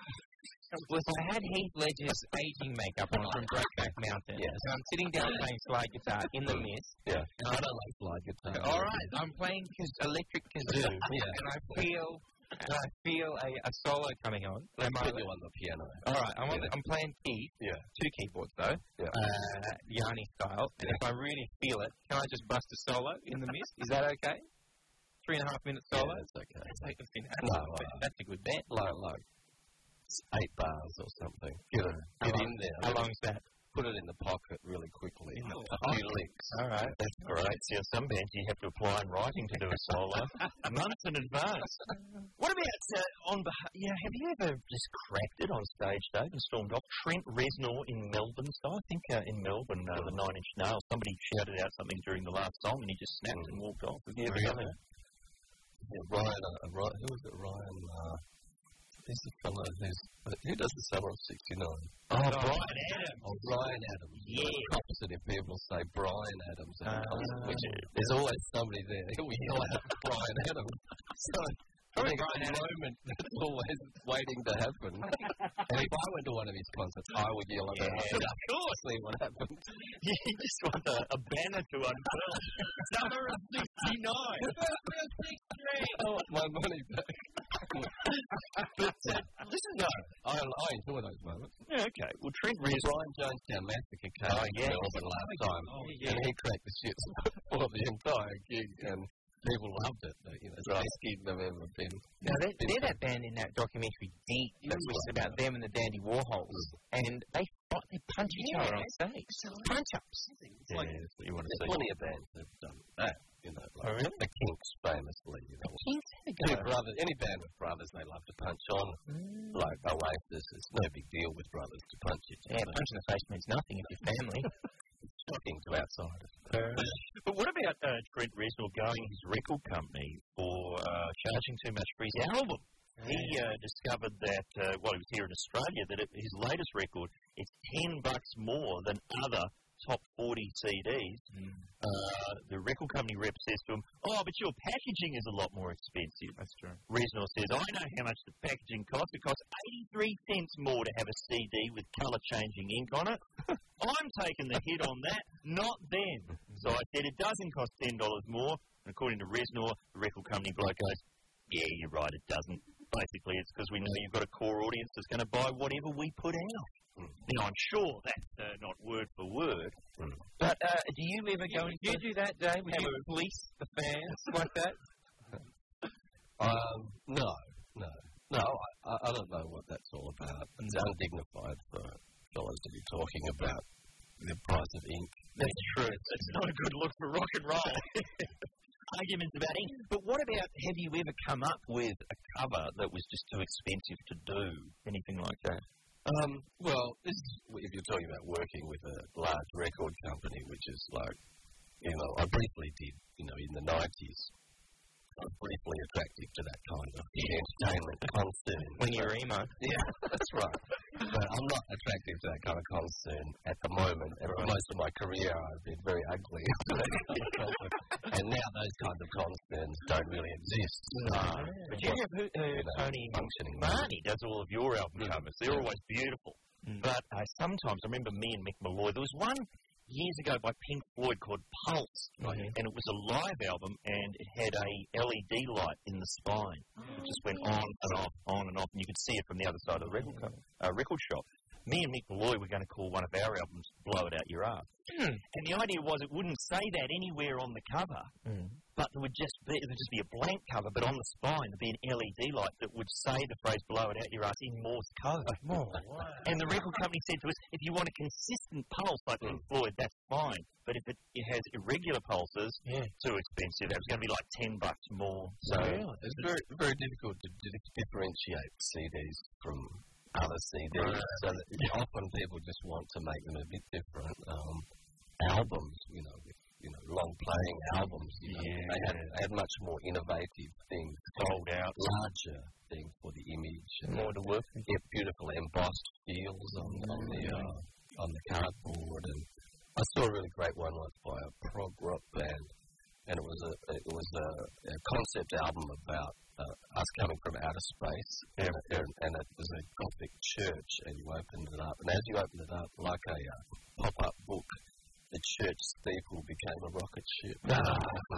was I had Heath Ledger's aging makeup on from Brokeback Mountain. Yes. Mm. So I'm sitting down playing slide guitar in the mist. Yeah. And I don't like Slide guitar. All right, I'm playing kaz- electric kazoo, and I feel and I feel a, a solo coming on. Am I- Put you on the piano. all right, I'm, on Yeah. the, I'm playing key, Yeah. two keyboards though, Yeah. uh, Yanni style. And if I really feel it, can I just bust a solo in the mist? Is that okay? Three and a half minute Yeah, solo. that's okay. That's, like, No, uh, that's a good bet. Like, like s- eight bars or something. Get, a, get How in long- there. How long's that? Put it in the pocket really quickly. A pocket. few licks. All right. All right. See, some bands you have to apply in writing to do a solo months in advance. What about uh, on behalf? Yeah, have you ever just cracked it on stage, Dave, and stormed off? Trent Reznor in Melbourne. So I think uh, in Melbourne, uh, the Nine Inch Nails. Somebody shouted out something during the last song, and he just snapped and walked off. Have you ever done that? Yeah, Ryan, uh, Ryan, who was it? Ryan, uh, he's the fellow who's, uh, who does the summer of 69? Oh, Brian Adams. Oh, Brian Adams. Yeah. It's opposite if people say Brian Adams. and Ah. Adams, which there's always somebody there who will yell out Brian Adams. So I think it's a moment that's always waiting to happen. and if I went to one of his concerts, I would yell about it. Of course. See what happens. you just want a, a banner to unfurl. Summer of '69. I want my money back. But uh, listen, though. I, I enjoy those moments. Yeah, okay. Well, Trent There's Reznor. Ryan Jonestown Massacre came oh, yeah. Melbourne last time, and he cracked the shit for the entire gig, and people loved it. You know, it's the best gig they've ever been. Now, they're, they're that band in that documentary Deep that That's was right. about them and the Dandy Warhols, and they fight, they punch each other on stage. Punch ups. Yeah, Like, that's what you want to see. Plenty of bands have done that. You know, like the Kinks famously. You know, Kings had a go. two brothers. Any band with brothers, they love to punch on. Like Oasis, it's no big deal with brothers to punch each Yeah, other. punch in the face means nothing if you're family. Shocking to outsiders. But what about uh, Trent Reznor going his record company for uh, charging too much for his album? He uh, discovered that uh, while he was here in Australia, that it, his latest record it's ten bucks more than other top forty CDs. Hmm. Uh, the record company rep says to him, "Oh, but your packaging is a lot more expensive." That's true. Reznor says, "I know how much the packaging costs. It costs eighty-three cents more to have a CD with color-changing ink on it. I'm taking the hit on that, not them." So I said, it doesn't cost $10 more. And according to Reznor, the record company bloke goes, yeah, you're right, it doesn't. basically it's because we know you've got a core audience that's going to buy whatever we put out. Hmm. Now, I'm sure that's uh, not word for word, But uh, do you ever go? Do you do that, Dave? Would you police the fans like that? Um, no, no, no. I, I- I don't know what that's all about. It's undignified for fellas to be talking about the price of ink. That's true. It's not a good look for rock and roll. Arguments about it. But what about? Have you ever come up with a cover that was just too expensive to do? Anything like that? Um, well, this is, if you're talking about working with a large record company, which is like, you know, I briefly did, you know, in the 90s, I was briefly attracted to that kind of entertainment concern. When you're emo. Yeah, that's right. but I'm not attractive to that kind of concern at the moment. And for most of my career, I've been very ugly. and now those kinds of concerns don't really exist. Mm. Uh, No. But you have heard, heard Tony functioning. Barney does all of your album covers. They're always beautiful. But uh, sometimes, I remember me and Mick Malloy, there was one years ago by Pink Floyd called Pulse, and it was a live album, and it had a LED light in the spine. It just went on and off, on and off, and you could see it from the other side of the record, co- uh, record shop. Me and Mick Malloy were going to call one of our albums Blow It Out Your Ass. And the idea was it wouldn't say that anywhere on the cover, but there would just be there would just be a blank cover, but on the spine there'd be an LED light that would say the phrase "blow it out your ass" in Morse code. And the record company said to us, "If you want a consistent pulse like Pink Floyd, that's fine. But if it, it has irregular pulses, too expensive. That was going to be like ten bucks more." So It's very, very difficult to di- differentiate CDs from other CDs. So that often people just want to make them a bit different. Um, albums, you know, with, you know, long playing albums. You know, they had, they had much more innovative things, sold out, larger things for the image, and more to work. Yeah, beautiful embossed feels on, on the uh, on the cardboard, and I saw a really great one once by a prog rock band and it was a it was a, a concept album about uh, us coming from outer space, and, and, and it was a Gothic church, and you opened it up, and as you opened it up, like a uh, pop up book, the church steeple became a rocket ship. Ah.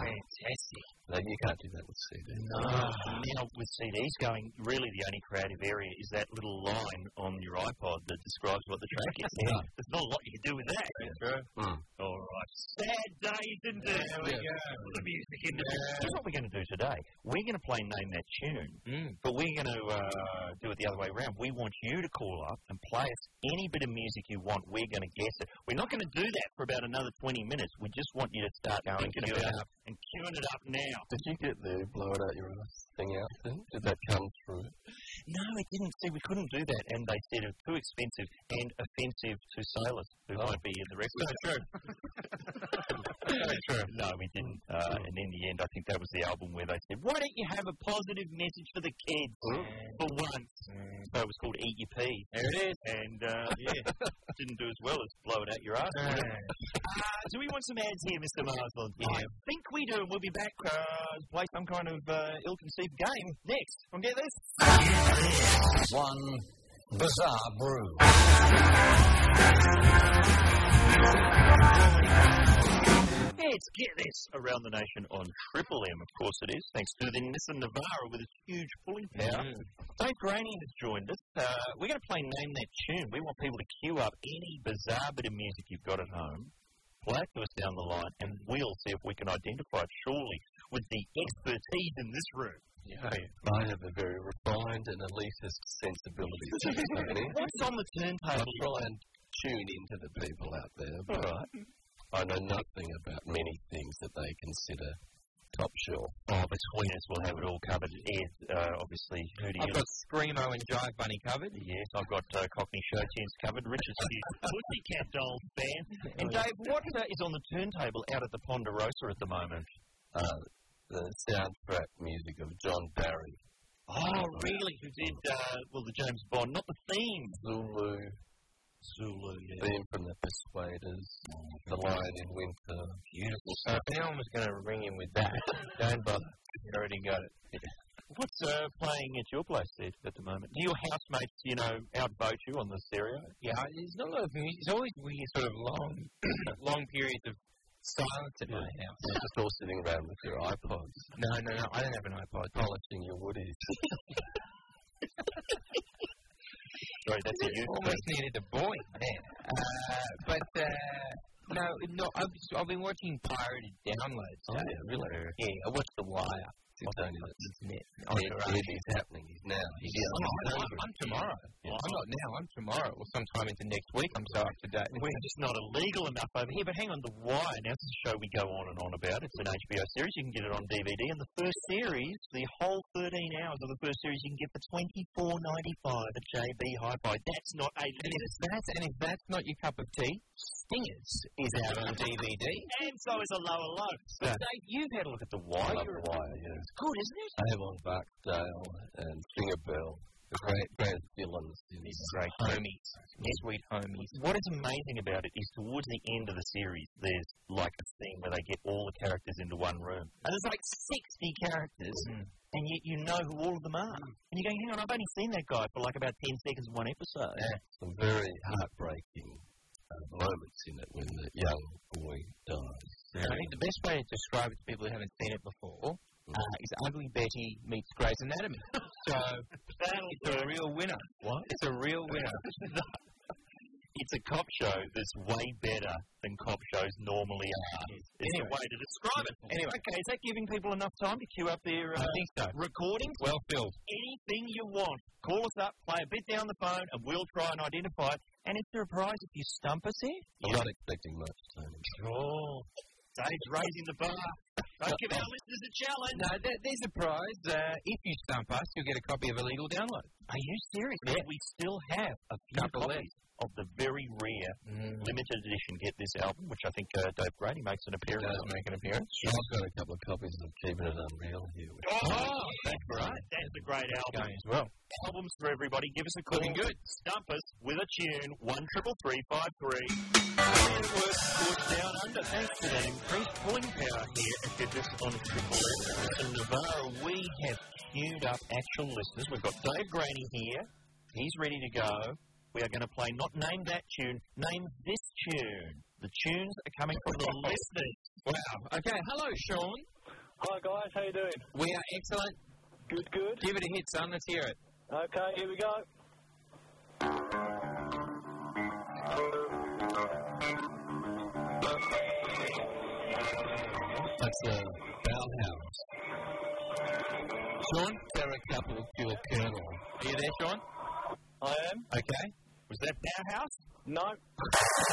fantastic! No, you can't do that with CD. Now with CDs going, really the only creative area is that little line on your iPod that describes what the track is. Yeah. There's not a lot you can do with that. All right. Sad days and there we go. The music industry. Here's what we're going to do today. We're going to play Name That Tune, but we're going to uh, do it the other way around. We want you to call up and play us any bit of music you want. We're going to guess it. We're not going to do that for about another 20 minutes. We just want you to start thinking Thinking about about it and queuing it up now. Did you get the blow it out your ass thing out thing? Did that come through? No, it didn't. See, we couldn't do that, and they said it was too expensive and offensive to sailors who Oh. might be in the record. No, true. No, we didn't. Uh, and in the end, I think that was the album where they said, "Why don't you have a positive message for the kids Oh. for once?" So it was called "Eat Your Peas." There it is. And uh, yeah, didn't do as well as "Blow It Out Your Ass." uh, do we want some ads here, Mr. Marsland? I think we do. We'll be back uh, to play some kind of uh, ill-conceived game next. From Get This. One bizarre brew. Let's get this around the nation on Triple M, of course it is, thanks to the Nissan Navara with its huge pulling power. Dave Graney has joined us. Uh, we're going to play Name That Tune. We want people to queue up any bizarre bit of music you've got at home, play it to us down the line, and we'll see if we can identify it surely with the expertise in this room. I have a very refined and elitist sensibility. What's on the I turntable? try and tune into the people out there, but I know nothing about many things that they consider top shelf. Oh, between us, we'll have it all covered. Ed, uh, obviously, who do you I've got screamo and jive bunny covered. Yes, I've got uh, Cockney show tunes covered. Richard's new Pussycat Dolls band. And Dave, what uh, is on the turntable out at the Ponderosa at the moment? Uh, the soundtrack music of John Barry, Oh, really? Who did, uh, well, the James Bond, not the theme. Zulu, Zulu, yeah. theme from the Persuaders, The Lion in Winter. Beautiful. So if anyone was going to ring in with that, don't bother. You already got it. What's uh, playing at your place, Ed, at the moment? Do your housemates, you know, outvote you on the stereo? Yeah, there's not a lot of music. It's always weird, sort of long, long periods of silence at my house. They're just all sitting around with their iPods, No, no, no. I don't have an iPod. polishing your woodies. Sorry, that's a youth Almost needed a boy there. Uh, but uh, no, no, I've, I've been watching pirated downloads. Oh, uh, yeah, really? Yeah, I watched The Wire. It's only on the internet. Oh, yeah, it is happening now. He's Oh, I'm, out. I'm, I'm tomorrow. I'm not now. I'm tomorrow. Well, sometime into next week. I'm so up to date. We're just not illegal enough over here. But hang on, The Wire. Now, this is a show we go on and on about. It's an HBO series. You can get it on DVD. And the first series, the whole 13 hours of the first series, you can get for twenty four ninety five at JB Hi-Fi. That's not a And if that's and if that's not your cup of tea, Stingers is out on DVD. And so is a lower low. But Dave, you've had a look at the I Wire. love You're- the wire, yeah. Good, isn't it? Avon Barksdale and Singer Bell, the great, great villains in this Great homies, sweet homies. What is amazing about it is towards the end of the series, there's like a scene where they get all the characters into one room. And there's like 60 characters, Mm. and yet you know who all of them are. And you're going, hang on, I've only seen that guy for like about 10 seconds in one episode. Some very heartbreaking uh, moments in it when the young boy dies. I think the best way to describe it to people who haven't seen it before Mm. uh, is Ugly Betty meets Grey's Anatomy. So it's a real winner. What? It's a real winner. It's a cop show that's way better than cop shows normally are. It's Anyway. the way to describe it. Anyway. okay, is that giving people enough time to queue up their I uh, think so. recordings? Well filled. anything you want. Call us up, play a bit down the phone, and we'll try and identify it. And it's a prize if you stump us here. I'm not expecting much, Tony. Oh, Dave's raising the bar. Don't give our listeners a challenge. No, Uh, there, there's a prize. Uh, if you stump us, you'll get a copy of Illegal Download. Are you serious? man? We still have a few Couple copies of the very rare Mm. limited edition Get This album, which I think uh, Dave Brady makes an appearance. Does on. make an appearance. I've got a couple of copies of Keeping It Unreal here. With Oh, that's right. That's a great album. Going as well. Albums for everybody. Give us a call. Looking good. Stump us with a tune. One triple three five three. Worth Scorch down under. Thanks to that increased pulling power here at Get This on Triple M. And Navarro, we have queued up actual listeners. We've got Dave Graney here. He's ready to go. We are going to play not name that tune, name this tune. The tunes are coming from the listeners. Wow. Okay. Hello, Sean. Hi guys, how you doing? We are excellent. Good, good. Give it a hit, son. Let's hear it. Okay, here we go. That's a Bauhaus. Sean, They're a couple of dual kernel. are you there, Sean? I am. Okay. Was that Bauhaus? No,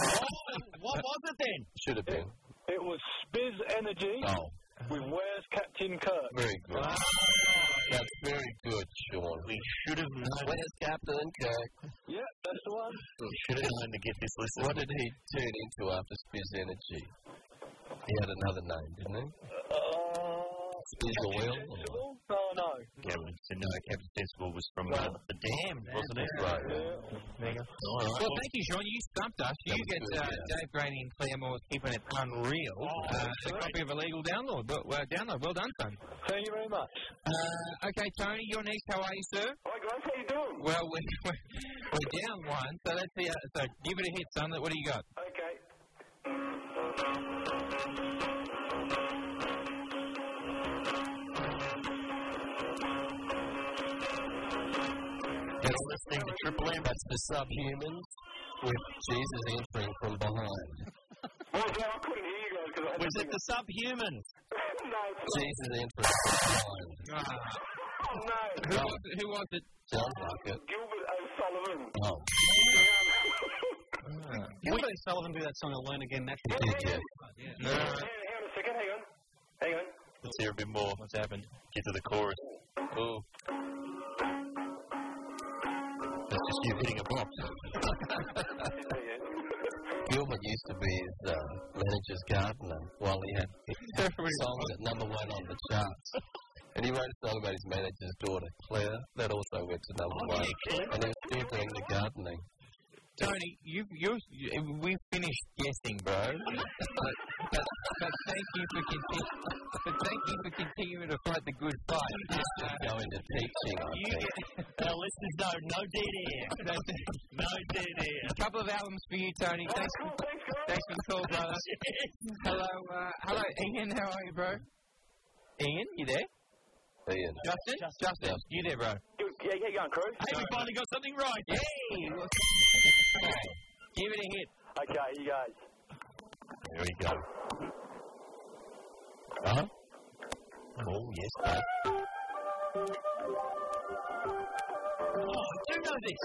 What was it then? Should have been. it was Spiz Energy Oh, with Where's Captain Kirk. very good. That's very good, Sean. We should have known. Where's Captain Kirk? Yeah, that's the one. We should have known to get this listener. What did he turn into after Spiz Energy? He had another name, didn't he? Uh, Spiz Oil? or- no, no. Captain so no, Captain Sensible was from uh, the Dam, wasn't it? Right. Yeah. All right. Well, thank you, Sean. You stumped us. You That was get good, uh, yeah. Dave Graney and Claire Moore's keeping it unreal. Oh, uh, a copy of Illegal Download. Well, well, download. Well done, son. Thank you very much. Uh, okay, Tony, you're next. How are you, sir? Hi guys, how you doing? Well, we're, we're, we're down one, so that's the. Uh, so give it a hit, son. What do you got? Okay. That's listening to Triple M. That's the subhumans with Jesus entering from behind. Well, yeah, I couldn't hear you guys because I had Was it the subhuman? to- no. Jesus entering from behind. Oh no, Who, was it, who was it? Sounds like it. Gilbert O'Sullivan. Oh, You know Ben Sullivan do that song "I Learn Again Naturally"? did you? No. Hang on, hang on a second, hang on. Hang on. Let's hear a bit more. What's happened? Get to the chorus. Oh. That's just you hitting a box. Gilbert used to be his uh, manager's gardener while he had songs at number one on the charts. And he wrote a song about his manager's daughter, Claire, that also went to number Oh, one. And he was still doing the gardening. Tony, you, you're, you, we finished guessing, bro. but, but, but thank you for continu- but thank you for continuing to fight the good fight. Going to teaching, I You think. Our listeners know no dead air. that's No dead air. a couple of albums for you, Tony. Thanks for, thanks for the call, brother. hello, uh, hello, Ian. How are you, bro? Ian, you there? Ian. Justin? Justin, you there, bro? Good, Yeah, yeah, going, crew. Hey, we finally got something right. Yay! Give it a hit. Okay, you guys. There we go. Uh-huh. Huh? Oh, yes, mate. Oh, I do know this.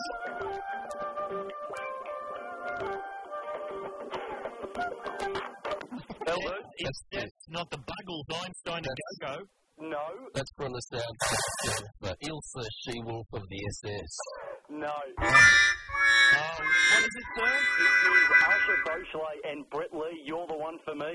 It's, that's not the Buggles Einstein and Go Go. No. That's from the sound system for Ilsa She-Wolf of the SS. No. what is it, sir? It is Usher Beauchelet and Brett Lee. You're the one for me.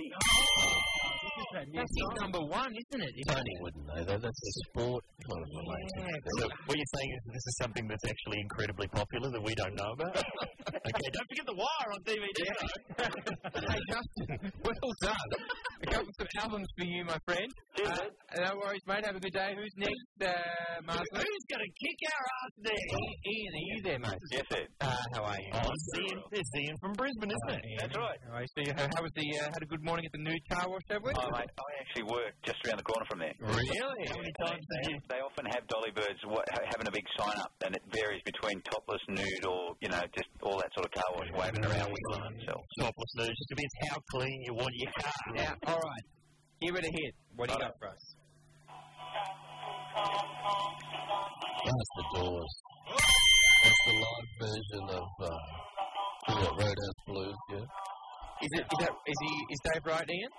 That's hit number one, isn't it? Tony wouldn't uh, know though. That's a sport kind of related. So what you're saying is this is something that's actually incredibly popular that we don't know about? okay, don't forget The Wire on DVD. hey, Justin, well done. A couple some albums for you, my friend. Uh, no worries, mate. Have a good day. Who's next, uh, Martha? Who's going to kick our ass next? Ian, are you there, mate? Yes, sir. Uh, how are you? Oh, it's Ian, it's Ian from Brisbane, isn't it? That's right. All right, so you, how was the, uh, had a good morning at the new car wash, have we? Oh, mate, I actually work just around the corner from there. Really? How many times have They, you? they often have dolly birds wa- ha- having a big sign up, and it varies between topless, nude, or you know, just all that sort of car wash waving around with themselves. Topless news just depends how clean you want your car. Now, all right. Give it a hit. What do you got for us? That's the Doors. That's the live version of uh, who's that Roadhouse Blues. Yeah. Is it? Is that? Is he? Is Dave right, Ian?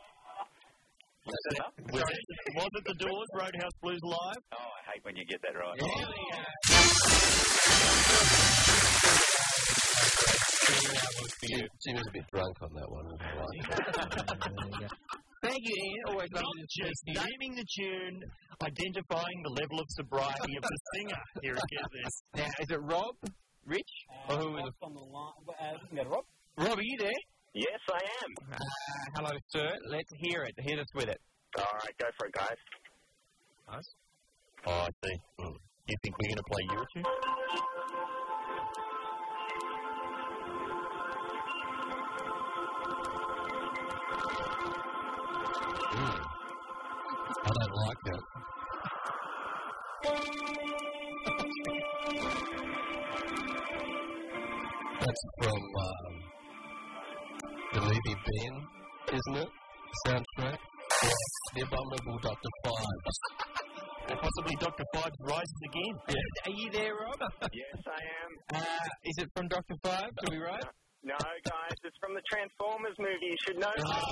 Was it, was it the Doors Roadhouse Blues live? Oh, I hate when you get that right. She, she was a bit drunk on that one. I like it. Thank you, Ian. Always Not lovely to speak just to you. naming the tune, identifying the level of sobriety of the singer. Here it is. This. Now, is it Rob, Rich, or who is on the line. Uh, we can go to Rob. it? Rob, are you there? Yes, I am. Uh, hello, sir. Let's hear it. Hit us with it. All right, go for it, guys. Oh, Uh, I see. um, Mm. You think we're going to play you two? I don't like Hmm. that. That's from um, the movie Ben, isn't it? Soundtrack. Yeah, the Abominable Doctor Five. Or possibly Dr. Five rises again. Are you there, Rob? Yes, I am. Uh, is it from Doctor Five? Are we right? No, guys, it's from the Transformers movie. You should know. Ah,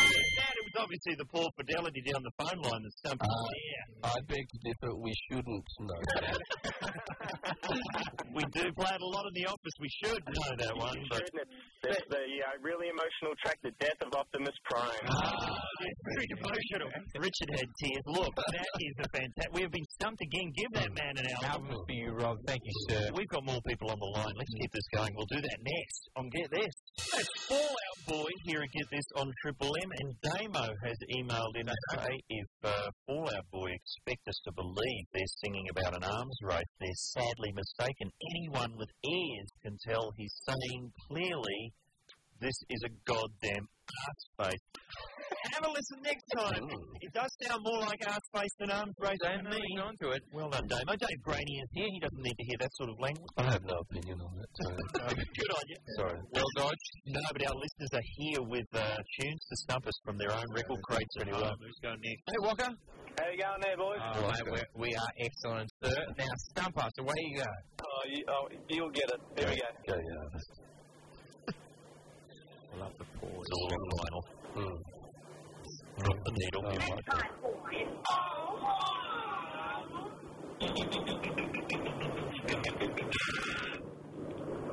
That it was obviously the poor fidelity down the phone line that stumped us. Uh, I beg to differ. We shouldn't know that. We do play it a lot in the office. We should know that one, You but shouldn't. It's, it's the uh, really emotional track, The Death of Optimus Prime. it's very emotional. Richard had tears. Look, that is a fantastic. We have been stumped again. Give that man an hour. Album for you, Rob. Thank you, sir. We've got more people on the line. Let's keep this going. We'll do that next on Get This. That's Fallout Boy here at Get This on Triple M, and Damo has emailed in to say if uh, Fallout Boy expect us to believe they're singing about an arms race, they're sadly mistaken. Anyone with ears can tell he's saying clearly this is a goddamn arse face. Have a listen next time. It does sound more like arse face than arms race to me. Moving on to it. Well done, Damo. Dave Brainy is here. He doesn't need to hear that sort of language. I have no opinion on that. Sorry. Good on you. Sorry. Well dodged. No, but our listeners are here with uh, tunes to stump us from their own record crates. Anyway, who's going next? Hey, Walker. How you going there, boys? Oh, mate, we're, we are excellent, sir. Now, stump us. Away you go. Oh, you, oh, you'll get it. Here we go. Go, yeah. I love the pause. It's all on vinyl. Mm. Hmm. Drop the needle. Oh, I like that.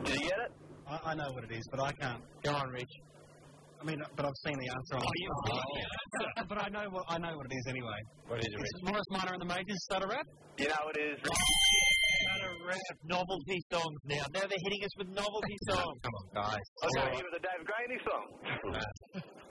Did you get it? I, I know what it is, but I can't. Go on, Rich. I mean, but I've seen the answer. On oh, yeah. but I know what I know what it is anyway. What is it, It's Morris Minor and the Majors. Stutter rap. You know it is. Rap novelty songs now. Now they're hitting us with novelty songs. Come on, guys. I got here with the Dave Graney song.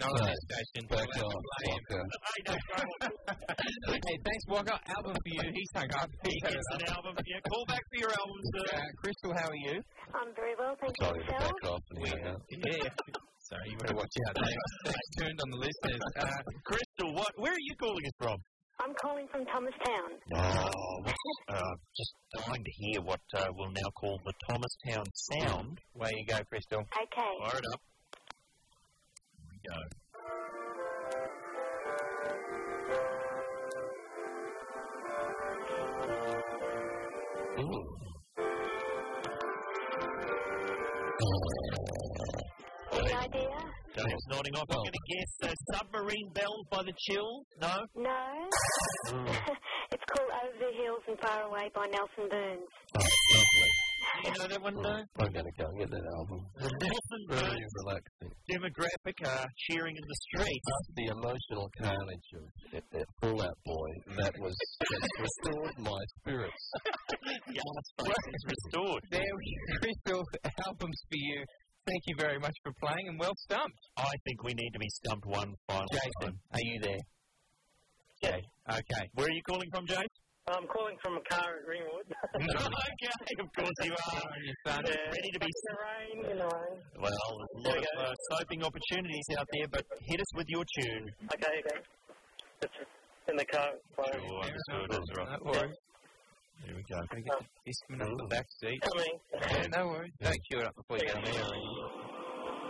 No, Right. this station. Back on. Walker. Hey, thanks, Walker. Album for you. He's hung up. He's had It's it an album. Yeah, call back for your album, sir. up. Uh, Crystal, how are you? I'm very well, thank Sorry to you, Phil. back off and hang out. Yeah. Sorry, you better watch out. They turned on the listeners. Uh, Crystal, what? Where are you calling us from? I'm calling from Thomastown. Oh, what's- uh, just dying to hear what uh, we'll now call the Thomastown sound. Way you go, Crystal. Okay. Fire it up. Here we go. Any idea? Dave's nodding off. I'm going to guess uh, Submarine Bells by the Chills. No? No. it's called Over the Hills and Far Away by Nelson Burns. You know that one, though? I'm going to go and get that album. The Nelson Really Burns relaxing. demographic are cheering in the streets. The emotional carnage of that, that Fallout Boy, that was that restored my spirits. yeah, it's restored. There we Crystal, albums for you. Thank you very much for playing and well stumped. I think we need to be stumped one final Jason, are you there? Okay. Okay. Where are you calling from, Jason? I'm calling from a car at Ringwood. okay, of course you are. son. Yeah. Ready to be. In the rain, in the rain. Well, there's a lot of uh, soaping opportunities out there, but hit us with your tune. Okay, okay. It's in the car. Fine. Sure, understood. That's right. No worries. Here we go. Gotta get the Eastman off the back seat. Coming. Yeah, no worries. Don't cue it up before you get on there.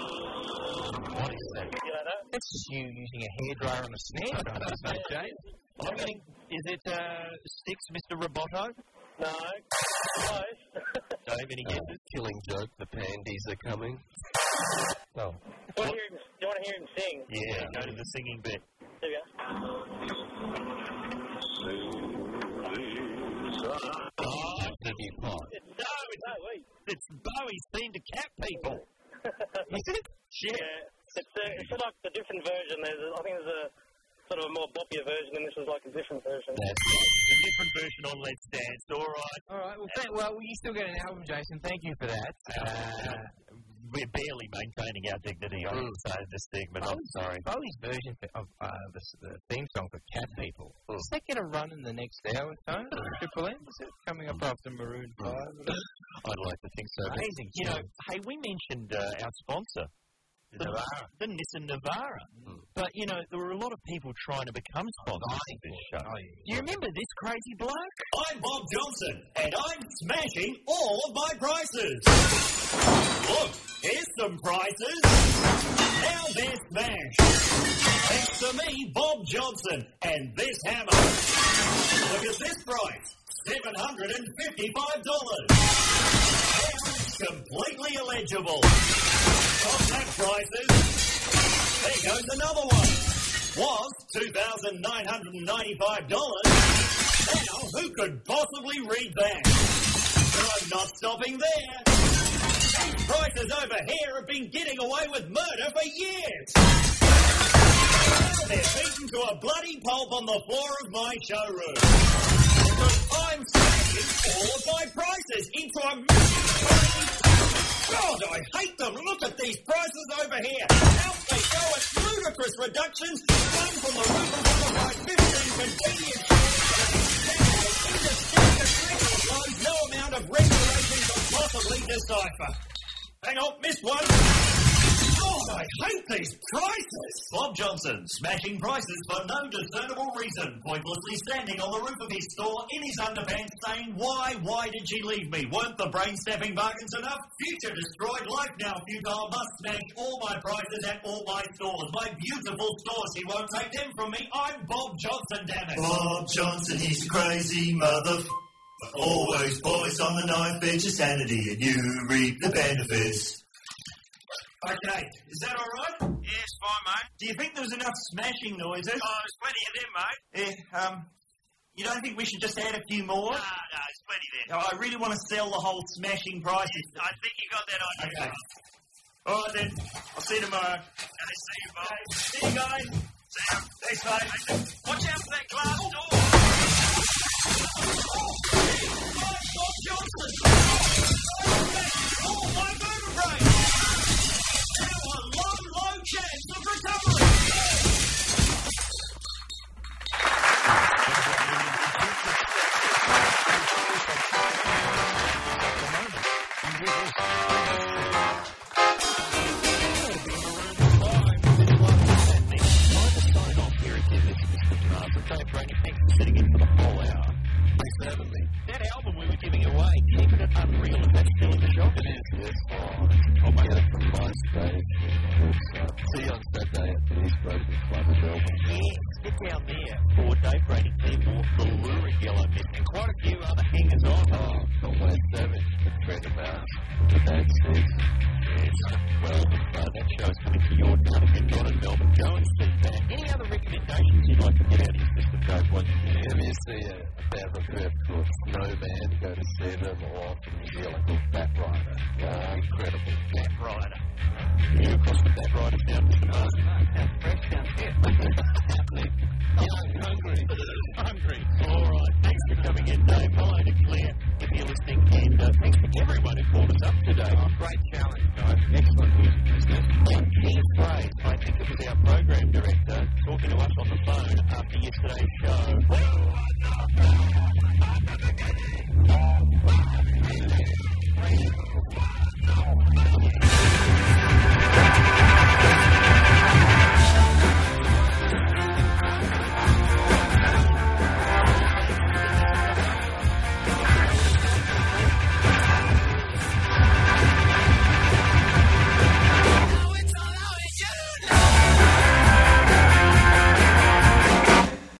What is that? That's just you using a hairdryer on a snare drum, isn't it, Jay? I'm getting. Is it uh, six, Mr. Roboto? No. Close. Dave, any guesses? Killing joke, the pandies are coming. Oh. You want to hear him, you want to hear him sing? Yeah, go to the singing bit. There we go. Oh, Iggy Pop. no, it's, it's Bowie's theme to cat people. Is it? Shit. Yeah. It's, a, it's like a different version. There's, a, I think there's a sort of a more boppier version, and this is like a different version. A different version on Let's Dance. All right. All right. Well, thank, well, you still get an album, Jason. Thank you for that. Uh, We're barely maintaining our dignity. I would say this segment. I'm sorry. Bowie's version of uh, the, the theme song for Cat People. Mm. Does that get a run in the next hour or so? Triple M? Is it coming up after Maroon 5? I'd like to think so. but- Amazing. You know, hey, we mentioned uh, our sponsor, the, Navara. the Nissan Navara. But, you know, there were a lot of people trying to become sponsors of this show. Do you remember this crazy bloke? I'm Bob Johnson, and I'm smashing all of my prices. Look, here's some prices. Now they're smashed. Thanks to me, Bob Johnson, and this hammer. Look at this price. $755 completely illegible. Contact prices. There goes another one. Was $2,995. Now, who could possibly read that? But I'm not stopping there. These prices over here have been getting away with murder for years. Now they're beaten to a bloody pulp on the floor of my showroom. But I'm smashing all of my prices into a God, I hate them. Look at these prices over here. Out they go at ludicrous reductions. One from the roof of the by 15 convenience stores. No amount of regulation can possibly decipher. Hang on, missed one. God, I hate these prices. Bob Johnson, smashing prices for no discernible reason, pointlessly standing on the roof of his store in his underpants saying, Why, why did she leave me? Weren't the brain snapping bargains enough? Future destroyed, life now futile, must smash all my prices at all my stores. My beautiful stores, he won't take them from me. I'm Bob Johnson, damn it. Bob Johnson, he's a crazy mother. Always boys on the knife edge of sanity, and you reap the benefits. Okay, is that all right? Yes, fine, mate. Do you think there's enough smashing noises? Oh, there's plenty of them, mate. Yeah, um, you don't think we should just add a few more? No, no, there's Uh, plenty there. I really want to sell the whole smashing prices. I think you got that idea. Okay. All right, then. I'll see you tomorrow. Okay, see you, Bob. see you guys. See you. Thanks, mate. Watch out for that glass door. Bob Johnson! Oh, my vertebrae! Now a low, low chance of recovery! Thank you. See you on Saturday at the East Roses Club in Melbourne. Get down there for day parading people, the lurid yellow mist, and quite a few other hangers on. Oh, Conway Savage, a friend of ours, the bad seeds. Well, uh, that show's coming to your town. If you're not in Melbourne, go and see that. Any other recommendations you'd like to get out of your system, Dave? What If you see a band of Perth called Snowman, go to see them, or off in New Zealand called Bat Rider. Oh, incredible. Bat Rider. You're across the Bat Rider down to the market. I'm hungry. hungry. All right. Thanks for coming in, Dave. Hello to Claire, if you're listening, and uh, thanks to everyone who called us up today. great challenge, guys. Excellent music business. And Peter Frey, I think it was our program director, talking to us on the phone after yesterday's show